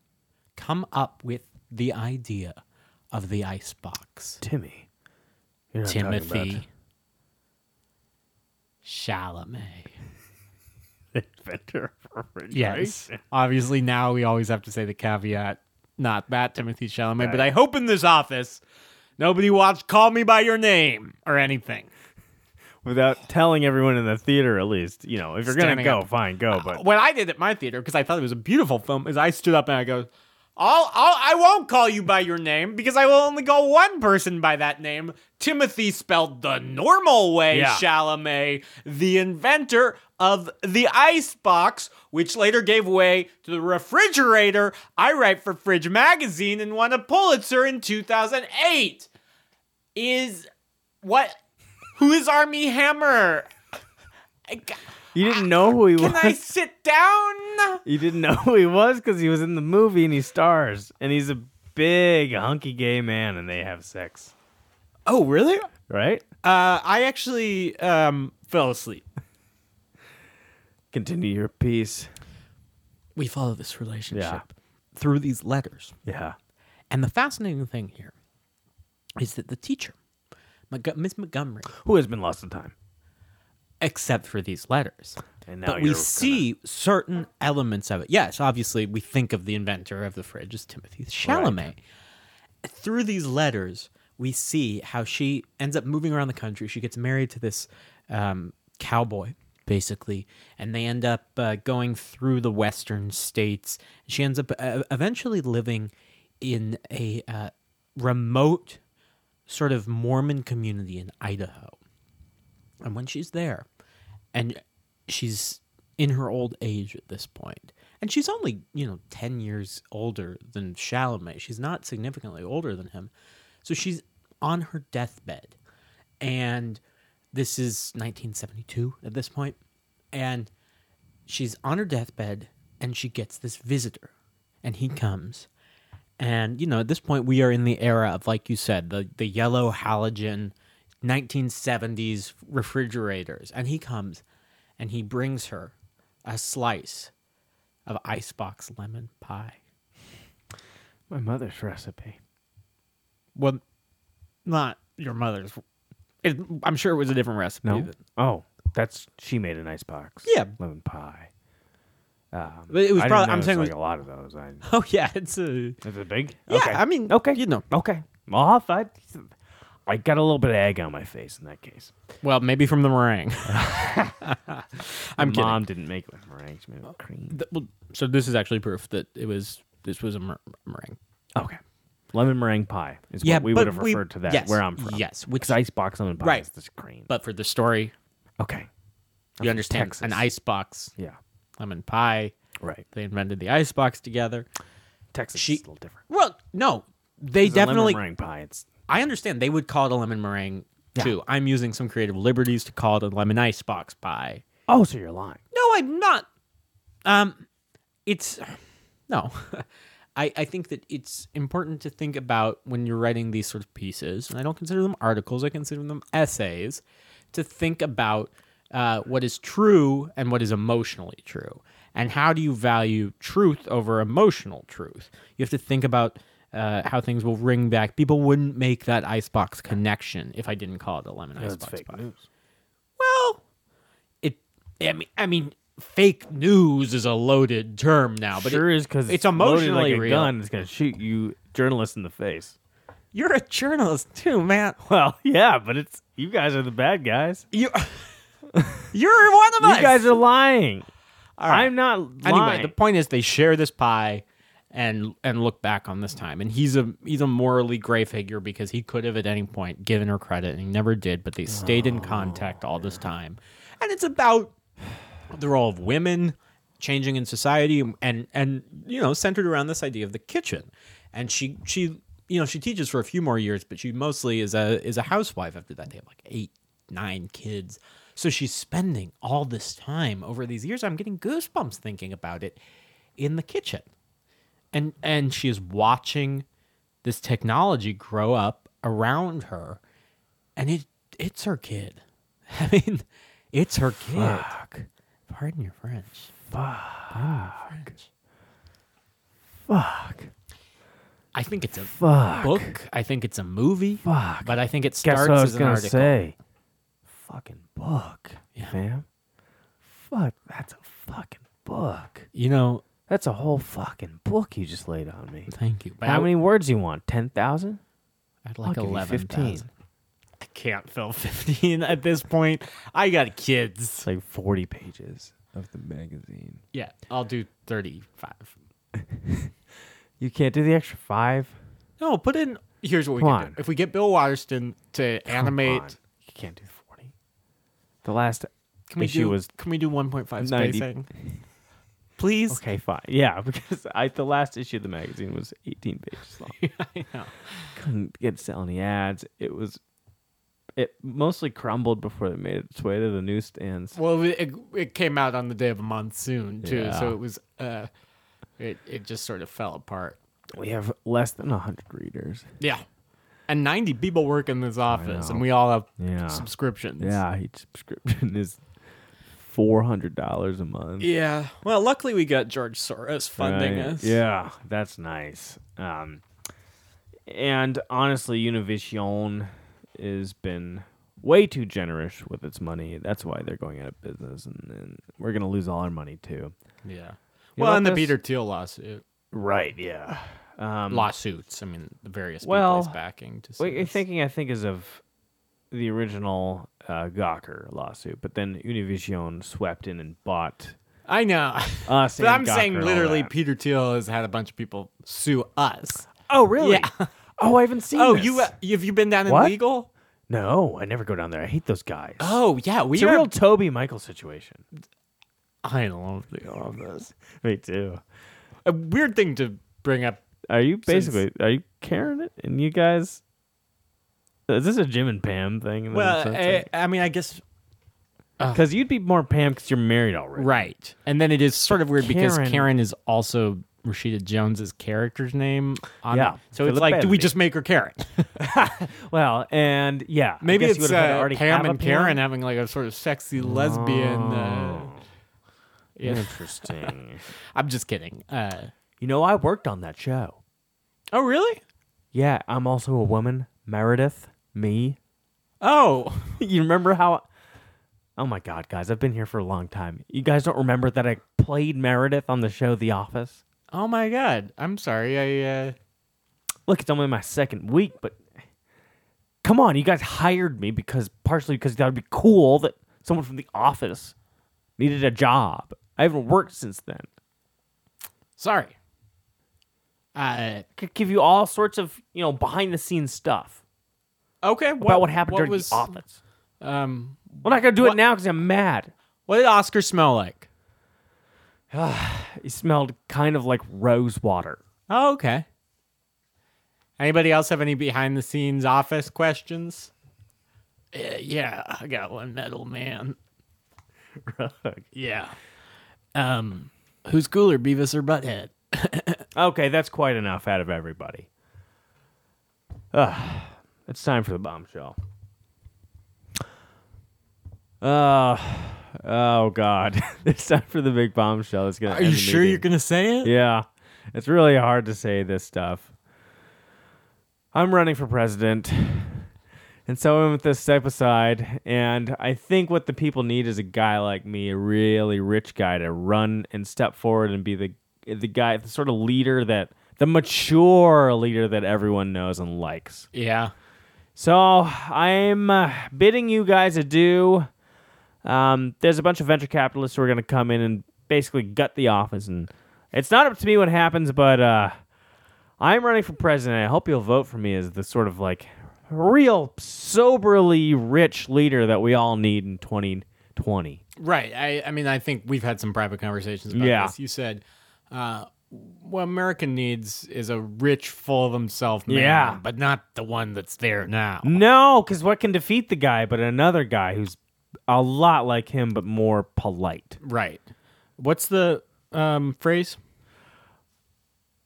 [SPEAKER 2] come up with the idea of the icebox.
[SPEAKER 1] Timmy. You're not talking about-
[SPEAKER 2] Timothy Chalamet.
[SPEAKER 1] inventor of
[SPEAKER 2] Yes. Obviously, now we always have to say the caveat, not that Timothy Chalamet, but I hope in this office nobody watched Call Me By Your Name or anything.
[SPEAKER 1] Without telling everyone in the theater, at least, you know, if you're going to
[SPEAKER 2] Standing
[SPEAKER 1] go,
[SPEAKER 2] up. Oh,
[SPEAKER 1] fine, go. But
[SPEAKER 2] what I did at my theater because I thought it was a beautiful film is I stood up and I go, I'll, I'll I won't call you by your name because I will only call one person by that name. Timothy spelled the normal way,
[SPEAKER 1] Yeah.
[SPEAKER 2] Chalamet, the inventor of the icebox, which later gave way to the refrigerator. I write for Fridge Magazine and won a Pulitzer in 2008. Is what? Who is Army Hammer? I g-
[SPEAKER 1] you didn't know who he was.
[SPEAKER 2] ah, Can I sit down?
[SPEAKER 1] You didn't know who he was because he was in the movie and he stars. And he's a big, hunky gay man and they have sex.
[SPEAKER 2] Oh, really?
[SPEAKER 1] Right?
[SPEAKER 2] Uh, I actually um, fell asleep.
[SPEAKER 1] Continue your piece.
[SPEAKER 2] We follow this relationship through these letters.
[SPEAKER 1] Yeah.
[SPEAKER 2] And the fascinating thing here is that the teacher, Mc- Miss Montgomery,
[SPEAKER 1] Who has been lost in time?
[SPEAKER 2] except for these letters,
[SPEAKER 1] And now
[SPEAKER 2] but
[SPEAKER 1] you're
[SPEAKER 2] we
[SPEAKER 1] kinda-
[SPEAKER 2] see certain elements of it. Yes, obviously, we think of the inventor of the fridge as Timothy Chalamet. Through these letters, we see how she ends up moving around the country. She gets married to this um, cowboy, basically, and they end up uh, going through the western states. She ends up uh, eventually living in a uh, remote sort of Mormon community in Idaho. And when she's there, and she's in her old age at this point, and she's only, you know, 10 years older than Chalamet. She's not significantly older than him. So she's on her deathbed. And this is 1972 at this point. and she's on her deathbed and she gets this visitor and he comes and you know at this point we are in the era of like you said the the yellow halogen 1970s refrigerators and he comes and he brings her a slice of icebox lemon pie
[SPEAKER 1] My mother's recipe.
[SPEAKER 2] well not your mother's it, i'm sure it was a different recipe
[SPEAKER 1] No.
[SPEAKER 2] than-
[SPEAKER 1] Oh, that's she made an ice box.
[SPEAKER 2] Yeah.
[SPEAKER 1] Lemon pie. Um,
[SPEAKER 2] But it was
[SPEAKER 1] I didn't
[SPEAKER 2] probably- I'm
[SPEAKER 1] notice,
[SPEAKER 2] saying it
[SPEAKER 1] like
[SPEAKER 2] was-
[SPEAKER 1] a lot of those. I,
[SPEAKER 2] oh yeah it's a
[SPEAKER 1] is it big?
[SPEAKER 2] yeah
[SPEAKER 1] okay.
[SPEAKER 2] i mean
[SPEAKER 1] okay.
[SPEAKER 2] you know
[SPEAKER 1] okay. Well, I, I got a little bit of egg on my face in that case.
[SPEAKER 7] Well, maybe from the meringue. I'm
[SPEAKER 1] My
[SPEAKER 7] kidding.
[SPEAKER 1] Mom didn't make like meringue; she made it with cream.
[SPEAKER 7] Th- well, so this is actually proof that it was this was a mer- meringue.
[SPEAKER 1] Okay, lemon meringue pie is
[SPEAKER 2] Yeah,
[SPEAKER 1] what we
[SPEAKER 2] but
[SPEAKER 1] would have
[SPEAKER 2] we-
[SPEAKER 1] referred to that
[SPEAKER 2] yes,
[SPEAKER 1] where I'm from.
[SPEAKER 2] yes, which-
[SPEAKER 1] which icebox lemon pie
[SPEAKER 2] Right.
[SPEAKER 1] is this cream.
[SPEAKER 7] But for the story,
[SPEAKER 1] okay,
[SPEAKER 7] you understand
[SPEAKER 1] Texas.
[SPEAKER 7] an icebox
[SPEAKER 1] yeah,
[SPEAKER 7] lemon pie.
[SPEAKER 1] right.
[SPEAKER 7] They invented the icebox together.
[SPEAKER 1] Texas
[SPEAKER 2] She-
[SPEAKER 1] is a little different.
[SPEAKER 2] well no they
[SPEAKER 1] It's a
[SPEAKER 2] definitely
[SPEAKER 1] lemon meringue pie. It's
[SPEAKER 2] I understand they would call it a lemon meringue too. I'm using some creative liberties to call it a lemon icebox pie.
[SPEAKER 1] oh, so you're lying.
[SPEAKER 2] No, I'm not. Um, it's no. I, I think that it's important to think about when you're writing these sort of pieces, and I don't consider them articles, I consider them essays, to think about uh, what is true and what is emotionally true. And how do you value truth over emotional truth? You have to think about uh, how things will ring back. People wouldn't make that icebox connection if I didn't call it a lemon
[SPEAKER 1] That's
[SPEAKER 2] icebox
[SPEAKER 1] fake
[SPEAKER 2] pie.
[SPEAKER 1] news.
[SPEAKER 2] Well, it. I mean, I mean, fake news is a loaded term now, but
[SPEAKER 1] sure
[SPEAKER 2] it,
[SPEAKER 1] is because
[SPEAKER 2] it's emotionally
[SPEAKER 1] like a
[SPEAKER 2] real.
[SPEAKER 1] gun that's gonna shoot you journalists in the face.
[SPEAKER 2] You're a journalist too, man.
[SPEAKER 1] Well, yeah, but it's you guys are the bad guys.
[SPEAKER 2] You, you're one of
[SPEAKER 1] You
[SPEAKER 2] us.
[SPEAKER 1] guys are lying.
[SPEAKER 2] right.
[SPEAKER 1] I'm not lying.
[SPEAKER 2] anyway. The point is, they share this pie. And, and look back on this time, and he's a he's a morally gray figure because he could have at any point given her credit, and he never did. But they stayed
[SPEAKER 1] Oh,
[SPEAKER 2] in contact all this time, and it's about the role of women changing in society and and you know centered around this idea of the kitchen and she she you know she teaches for a few more years but she mostly is a is a housewife after that they have like eight nine kids so she's spending all this time over these years i'm getting goosebumps thinking about it in the kitchen and and she is watching this technology grow up around her and it it's her kid i mean it's her kid pardon your french fuck french
[SPEAKER 1] fuck.
[SPEAKER 2] i think it's a
[SPEAKER 1] Fuck.
[SPEAKER 2] book i think it's a movie
[SPEAKER 1] Fuck.
[SPEAKER 2] but i think it starts
[SPEAKER 1] Guess what I
[SPEAKER 2] as
[SPEAKER 1] was
[SPEAKER 2] an
[SPEAKER 1] gonna
[SPEAKER 2] article
[SPEAKER 1] say. Fucking book,
[SPEAKER 2] Yeah.
[SPEAKER 1] fam. Fuck, that's a fucking book.
[SPEAKER 2] you know
[SPEAKER 1] That's a whole fucking book you just laid on me.
[SPEAKER 2] thank you but
[SPEAKER 1] How
[SPEAKER 2] I,
[SPEAKER 1] many words you want? Ten thousand?
[SPEAKER 2] I'd like
[SPEAKER 1] I'll give you
[SPEAKER 2] 11
[SPEAKER 1] 15.
[SPEAKER 2] i can't fill 15 at this point i got kids
[SPEAKER 1] It's like forty pages.
[SPEAKER 8] of the magazine.
[SPEAKER 2] yeah i'll do 35
[SPEAKER 1] You can't do the extra five.
[SPEAKER 2] no put in here's what we
[SPEAKER 1] Come
[SPEAKER 2] can
[SPEAKER 1] on.
[SPEAKER 2] do if we get bill waterston to
[SPEAKER 1] Come
[SPEAKER 2] animate
[SPEAKER 1] on. You can't do forty. The last
[SPEAKER 2] Can we
[SPEAKER 1] issue
[SPEAKER 2] do?
[SPEAKER 1] was
[SPEAKER 2] can we do 1.5
[SPEAKER 1] 90.
[SPEAKER 2] spacing? Please.
[SPEAKER 1] okay, fine. Yeah, because I the last issue of the magazine was eighteen pages long.
[SPEAKER 2] I know.
[SPEAKER 1] couldn't get to sell any ads. It was it mostly crumbled before it made its way to the newsstands.
[SPEAKER 2] Well, it, it came out on the day of a monsoon too, so
[SPEAKER 1] Yeah.
[SPEAKER 2] it was uh, it it just sort of fell apart.
[SPEAKER 1] We have less than hundred readers.
[SPEAKER 2] Yeah, and 90 people work in this office, and we all have
[SPEAKER 1] Yeah.
[SPEAKER 2] subscriptions.
[SPEAKER 1] Yeah, each subscription is four hundred dollars a month.
[SPEAKER 2] Yeah. Well, luckily we got George Soros funding
[SPEAKER 1] Right.
[SPEAKER 2] us.
[SPEAKER 1] Yeah, that's nice. Um, and honestly, Univision has been way too generous with its money. That's why they're going out of business, and, and we're gonna lose all our money too.
[SPEAKER 2] Yeah.
[SPEAKER 1] You
[SPEAKER 2] well,
[SPEAKER 1] know
[SPEAKER 2] and the
[SPEAKER 1] this-
[SPEAKER 2] Peter Thiel lawsuit,
[SPEAKER 1] Right? Yeah. Um,
[SPEAKER 2] lawsuits. I mean, the various
[SPEAKER 1] Well,
[SPEAKER 2] people he's backing. To
[SPEAKER 1] What you're
[SPEAKER 2] think?
[SPEAKER 1] thinking, I think, is of the original uh, Gawker lawsuit, but then Univision swept in and bought
[SPEAKER 2] I know.
[SPEAKER 1] us.
[SPEAKER 2] But
[SPEAKER 1] and
[SPEAKER 2] I'm
[SPEAKER 1] Gawker
[SPEAKER 2] saying
[SPEAKER 1] and all
[SPEAKER 2] literally,
[SPEAKER 1] that.
[SPEAKER 2] Peter Thiel has had a bunch of people sue us.
[SPEAKER 1] oh, really?
[SPEAKER 2] Yeah.
[SPEAKER 1] Oh, I haven't seen.
[SPEAKER 2] Oh,
[SPEAKER 1] this.
[SPEAKER 2] you uh, have you been down in
[SPEAKER 1] What?
[SPEAKER 2] legal?
[SPEAKER 1] No, I never go down there. I hate those guys.
[SPEAKER 2] Oh yeah, we
[SPEAKER 1] it's a real Toby Michael situation.
[SPEAKER 2] I love the office.
[SPEAKER 1] Me too.
[SPEAKER 2] A weird thing to bring up.
[SPEAKER 1] Are you basically are you carrying it? And you guys, is this a Jim and Pam thing? in that
[SPEAKER 4] Eh,
[SPEAKER 2] Well,
[SPEAKER 1] sense?
[SPEAKER 2] I, I mean, I guess
[SPEAKER 1] Because you'd be more Pam because you're married already.
[SPEAKER 4] Right. And then it is sort of weird because
[SPEAKER 1] Karen-
[SPEAKER 4] Karen is also Rashida Jones's character's name. On
[SPEAKER 1] Yeah,
[SPEAKER 4] So
[SPEAKER 1] Philip
[SPEAKER 4] it's like, do we
[SPEAKER 1] Benedict.
[SPEAKER 4] just make her Karen?
[SPEAKER 1] Well, and yeah, I
[SPEAKER 4] Maybe
[SPEAKER 1] guess you
[SPEAKER 4] it's
[SPEAKER 1] would've had to
[SPEAKER 4] uh,
[SPEAKER 1] already
[SPEAKER 4] Pam
[SPEAKER 1] have a
[SPEAKER 4] and Karen having like a sort of sexy
[SPEAKER 2] Mm.
[SPEAKER 4] lesbian. Uh, yeah.
[SPEAKER 1] Oh. Interesting.
[SPEAKER 4] I'm just kidding. Uh,
[SPEAKER 1] you know, I worked on that show.
[SPEAKER 4] oh, really?
[SPEAKER 1] Yeah, I'm also a woman. Meredith, me.
[SPEAKER 4] Oh,
[SPEAKER 1] you remember how? Oh my God, guys, I've been here for a long time. You guys don't remember that I played Meredith on the show The Office?
[SPEAKER 4] oh my God. I'm sorry. I uh,
[SPEAKER 1] Look, it's only my second week, but come on, you guys hired me because partially because that would be cool that someone from The Office needed a job. I haven't worked since then.
[SPEAKER 4] sorry. Uh,
[SPEAKER 1] Could give you all sorts of you know behind the scenes stuff
[SPEAKER 4] okay.
[SPEAKER 1] about what, happened during
[SPEAKER 4] was,
[SPEAKER 1] The Office.
[SPEAKER 4] Um,
[SPEAKER 1] We're not gonna do
[SPEAKER 4] what-
[SPEAKER 1] it now because I'm mad.
[SPEAKER 4] what did Oscar smell like?
[SPEAKER 1] It smelled kind of like rose water.
[SPEAKER 4] Oh, okay. Anybody else have any behind the scenes office questions? eh,
[SPEAKER 9] Uh, yeah, I got one metal man. Yeah. Um, who's cooler, Beavis or Butthead?
[SPEAKER 1] Okay, that's quite enough out of everybody. Ugh, it's time for the bombshell. Uh, oh God, it's time for the big bombshell. It's gonna.
[SPEAKER 4] Are you sure you're gonna say it?
[SPEAKER 1] Yeah, it's really hard to say this stuff. I'm running for president, and so I'm with this step aside. And I think what the people need is a guy like me, a really rich guy, to run and step forward and be the the guy, the sort of leader that the mature leader that everyone knows and likes.
[SPEAKER 4] Yeah.
[SPEAKER 1] So I'm uh, bidding you guys adieu. Um, there's a bunch of venture capitalists who are going to come in and basically gut the office, and it's not up to me what happens, but uh, I'm running for president. I hope you'll vote for me as the sort of like real soberly rich leader that we all need in 2020.
[SPEAKER 4] Right. I, I mean, I think we've had some private conversations about
[SPEAKER 1] Yeah.
[SPEAKER 4] this. You said, uh, what America needs is a rich, full of himself man,
[SPEAKER 1] Yeah.
[SPEAKER 4] but not the one that's there now.
[SPEAKER 1] No, because what can defeat the guy but another guy who's a lot like him but more polite?
[SPEAKER 4] Right. What's the um, phrase?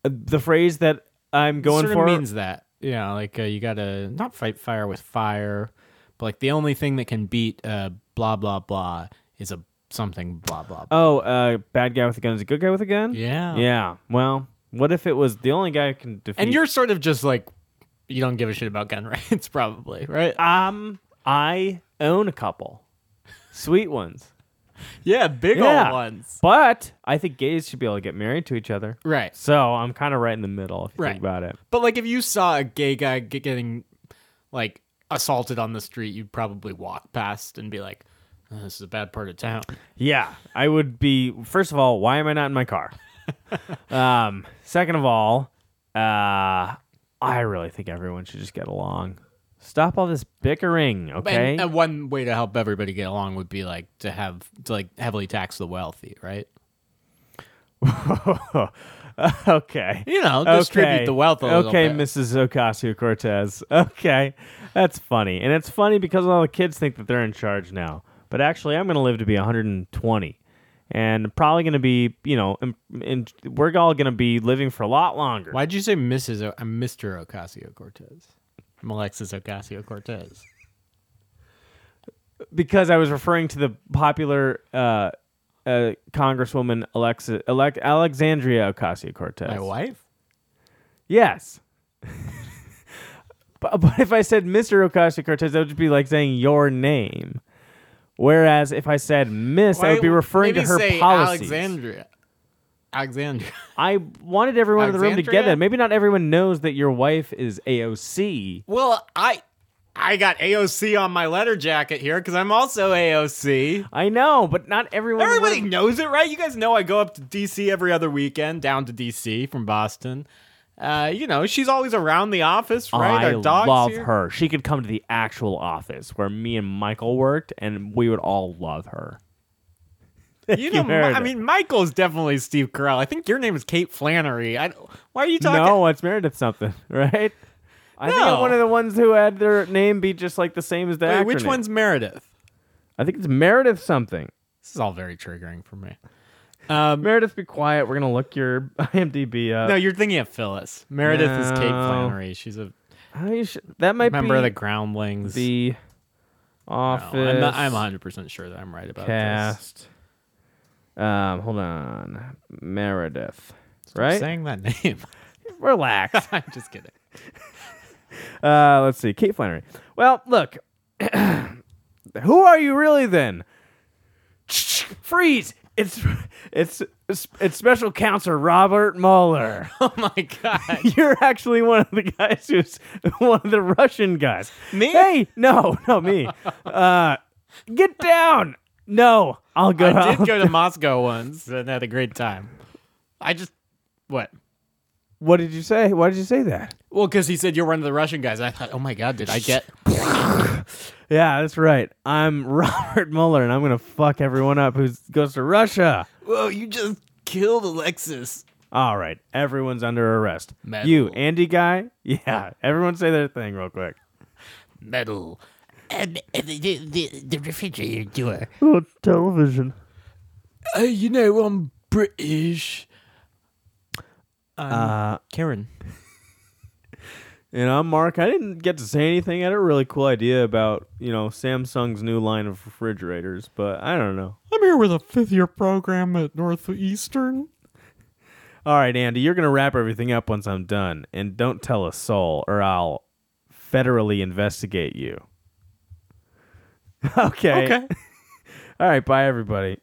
[SPEAKER 1] Uh, The phrase that I'm going
[SPEAKER 4] sort
[SPEAKER 1] for
[SPEAKER 4] of means that. Yeah, like uh, you gotta not fight fire with fire, but like the only thing that can beat uh, blah blah blah is a something blah blah. blah.
[SPEAKER 1] Oh, uh, bad guy with a gun is a good guy with a gun.
[SPEAKER 4] yeah.
[SPEAKER 1] Yeah. Well, what if it was the only guy who can defeat?
[SPEAKER 4] And you're sort of just like you don't give a shit about gun rights, probably, right?
[SPEAKER 1] um, I own a couple, sweet ones.
[SPEAKER 4] yeah, big
[SPEAKER 1] Yeah.
[SPEAKER 4] old ones.
[SPEAKER 1] But I think gays should be able to get married to each other.
[SPEAKER 4] Right.
[SPEAKER 1] So I'm kind of right in the middle if you
[SPEAKER 4] Right.
[SPEAKER 1] think about it.
[SPEAKER 4] But like, if you saw a gay guy g- getting like assaulted on the street, you'd probably walk past and be like, "Oh, "This is a bad part of town."
[SPEAKER 1] Yeah, I would be. First of all, why am I not in my car? um, second of all, uh, I really think everyone should just get along. Stop all this bickering, okay?
[SPEAKER 4] And, and one way to help everybody get along would be like to have to like heavily tax the wealthy, right? uh,
[SPEAKER 1] okay.
[SPEAKER 4] You know, distribute the wealth a little
[SPEAKER 1] Okay,
[SPEAKER 4] bit.
[SPEAKER 1] Mrs. Ocasio Cortez. Okay, that's funny, and it's funny because all the kids think that they're in charge now. But actually, I'm going to live to be 120, and probably going to be, you know, in, in, we're all going to be living for a lot longer.
[SPEAKER 4] Why'd you say Mrs. O- I'm Mr. Ocasio Cortez? I'm Alexis Ocasio Cortez.
[SPEAKER 1] Because I was referring to the popular uh, uh, Congresswoman Alexa, Alec Alexandria Ocasio Cortez.
[SPEAKER 4] My wife?
[SPEAKER 1] Yes. but, but if I said Mr. Ocasio Cortez, that would just be like saying your name. Whereas if I said Miss, I would be referring to
[SPEAKER 4] Maybe
[SPEAKER 1] her
[SPEAKER 4] say
[SPEAKER 1] policies.
[SPEAKER 4] Alexandria. Alexandria.
[SPEAKER 1] I wanted everyone in the room to get
[SPEAKER 4] Alexandria?
[SPEAKER 1] that. Maybe not everyone knows that your wife is AOC.
[SPEAKER 4] Well, I I got AOC on my letter jacket here because I'm also AOC.
[SPEAKER 1] I know, but not everyone.
[SPEAKER 4] Everybody
[SPEAKER 1] would-
[SPEAKER 4] knows it, right? You guys know I go up to DC every other weekend, down to DC from Boston. Uh, you know, she's always around the office, right?
[SPEAKER 1] I
[SPEAKER 4] Our dog's
[SPEAKER 1] love
[SPEAKER 4] here.
[SPEAKER 1] her. She could come to the actual office where me and Michael worked, and we would all love her.
[SPEAKER 4] You
[SPEAKER 1] You
[SPEAKER 4] know, Mi-
[SPEAKER 1] heard
[SPEAKER 4] I
[SPEAKER 1] it.
[SPEAKER 4] mean, Michael's definitely Steve Carell. I think your name is Kate Flannery. I, don't- why are you talking?
[SPEAKER 1] No, it's Meredith something, right? I think I'm
[SPEAKER 4] No.
[SPEAKER 1] one of the ones who had their name be just like the same as the
[SPEAKER 4] Wait, which
[SPEAKER 1] acronym.
[SPEAKER 4] one's Meredith?
[SPEAKER 1] I think it's Meredith something.
[SPEAKER 4] This is all very triggering for me. Um,
[SPEAKER 1] Meredith, be quiet. We're gonna look your IMDb up.
[SPEAKER 4] No, you're thinking of Phyllis. Meredith is Kate
[SPEAKER 1] No.
[SPEAKER 4] Flannery. She's a
[SPEAKER 1] Oh, you should- that might
[SPEAKER 4] member of the
[SPEAKER 1] be
[SPEAKER 4] Groundlings.
[SPEAKER 1] the
[SPEAKER 4] No,
[SPEAKER 1] office.
[SPEAKER 4] I'm, not, I'm 100% sure that I'm right about this.
[SPEAKER 1] cast. Um, hold on, Meredith.
[SPEAKER 4] Stop
[SPEAKER 1] right?
[SPEAKER 4] Saying that name.
[SPEAKER 1] Relax.
[SPEAKER 4] I'm just kidding.
[SPEAKER 1] Uh, let's see, Kate Flannery. Well, look, who are you really then? Freeze! It's it's it's special counselor Robert Mueller.
[SPEAKER 4] Oh my god.
[SPEAKER 1] You're actually one of the guys who's one of the Russian guys.
[SPEAKER 4] Me?
[SPEAKER 1] Hey, no, no, me. Uh, get down. No, I'll go.
[SPEAKER 4] I did
[SPEAKER 1] I'll-
[SPEAKER 4] go to Moscow once and had a great time. I just what?
[SPEAKER 1] What did you say? Why did you say that?
[SPEAKER 4] Well, because he said you're one of the Russian guys. I thought, oh my god, did I get?
[SPEAKER 1] Yeah, that's right. I'm Robert Mueller, and I'm gonna fuck everyone up who goes to Russia.
[SPEAKER 4] Whoa, you just killed Alexis.
[SPEAKER 1] All right, everyone's under arrest.
[SPEAKER 2] Metal.
[SPEAKER 1] You, Andy guy, yeah. Everyone say their thing real quick.
[SPEAKER 2] Metal.
[SPEAKER 10] Um, uh, the, the, the refrigerator door.
[SPEAKER 1] Oh, television.
[SPEAKER 2] Hey, you know I'm British.
[SPEAKER 1] Uh,
[SPEAKER 4] Um, Karen.
[SPEAKER 1] and I'm Mark. I didn't get to say anything. I had a really cool idea about you know Samsung's new line of refrigerators, but I don't know.
[SPEAKER 4] I'm here with a fifth year program at Northeastern.
[SPEAKER 1] All right, Andy, you're gonna wrap everything up once I'm done, and don't tell a soul, or I'll federally investigate you. Okay.
[SPEAKER 4] Okay.
[SPEAKER 1] All right. Bye, everybody.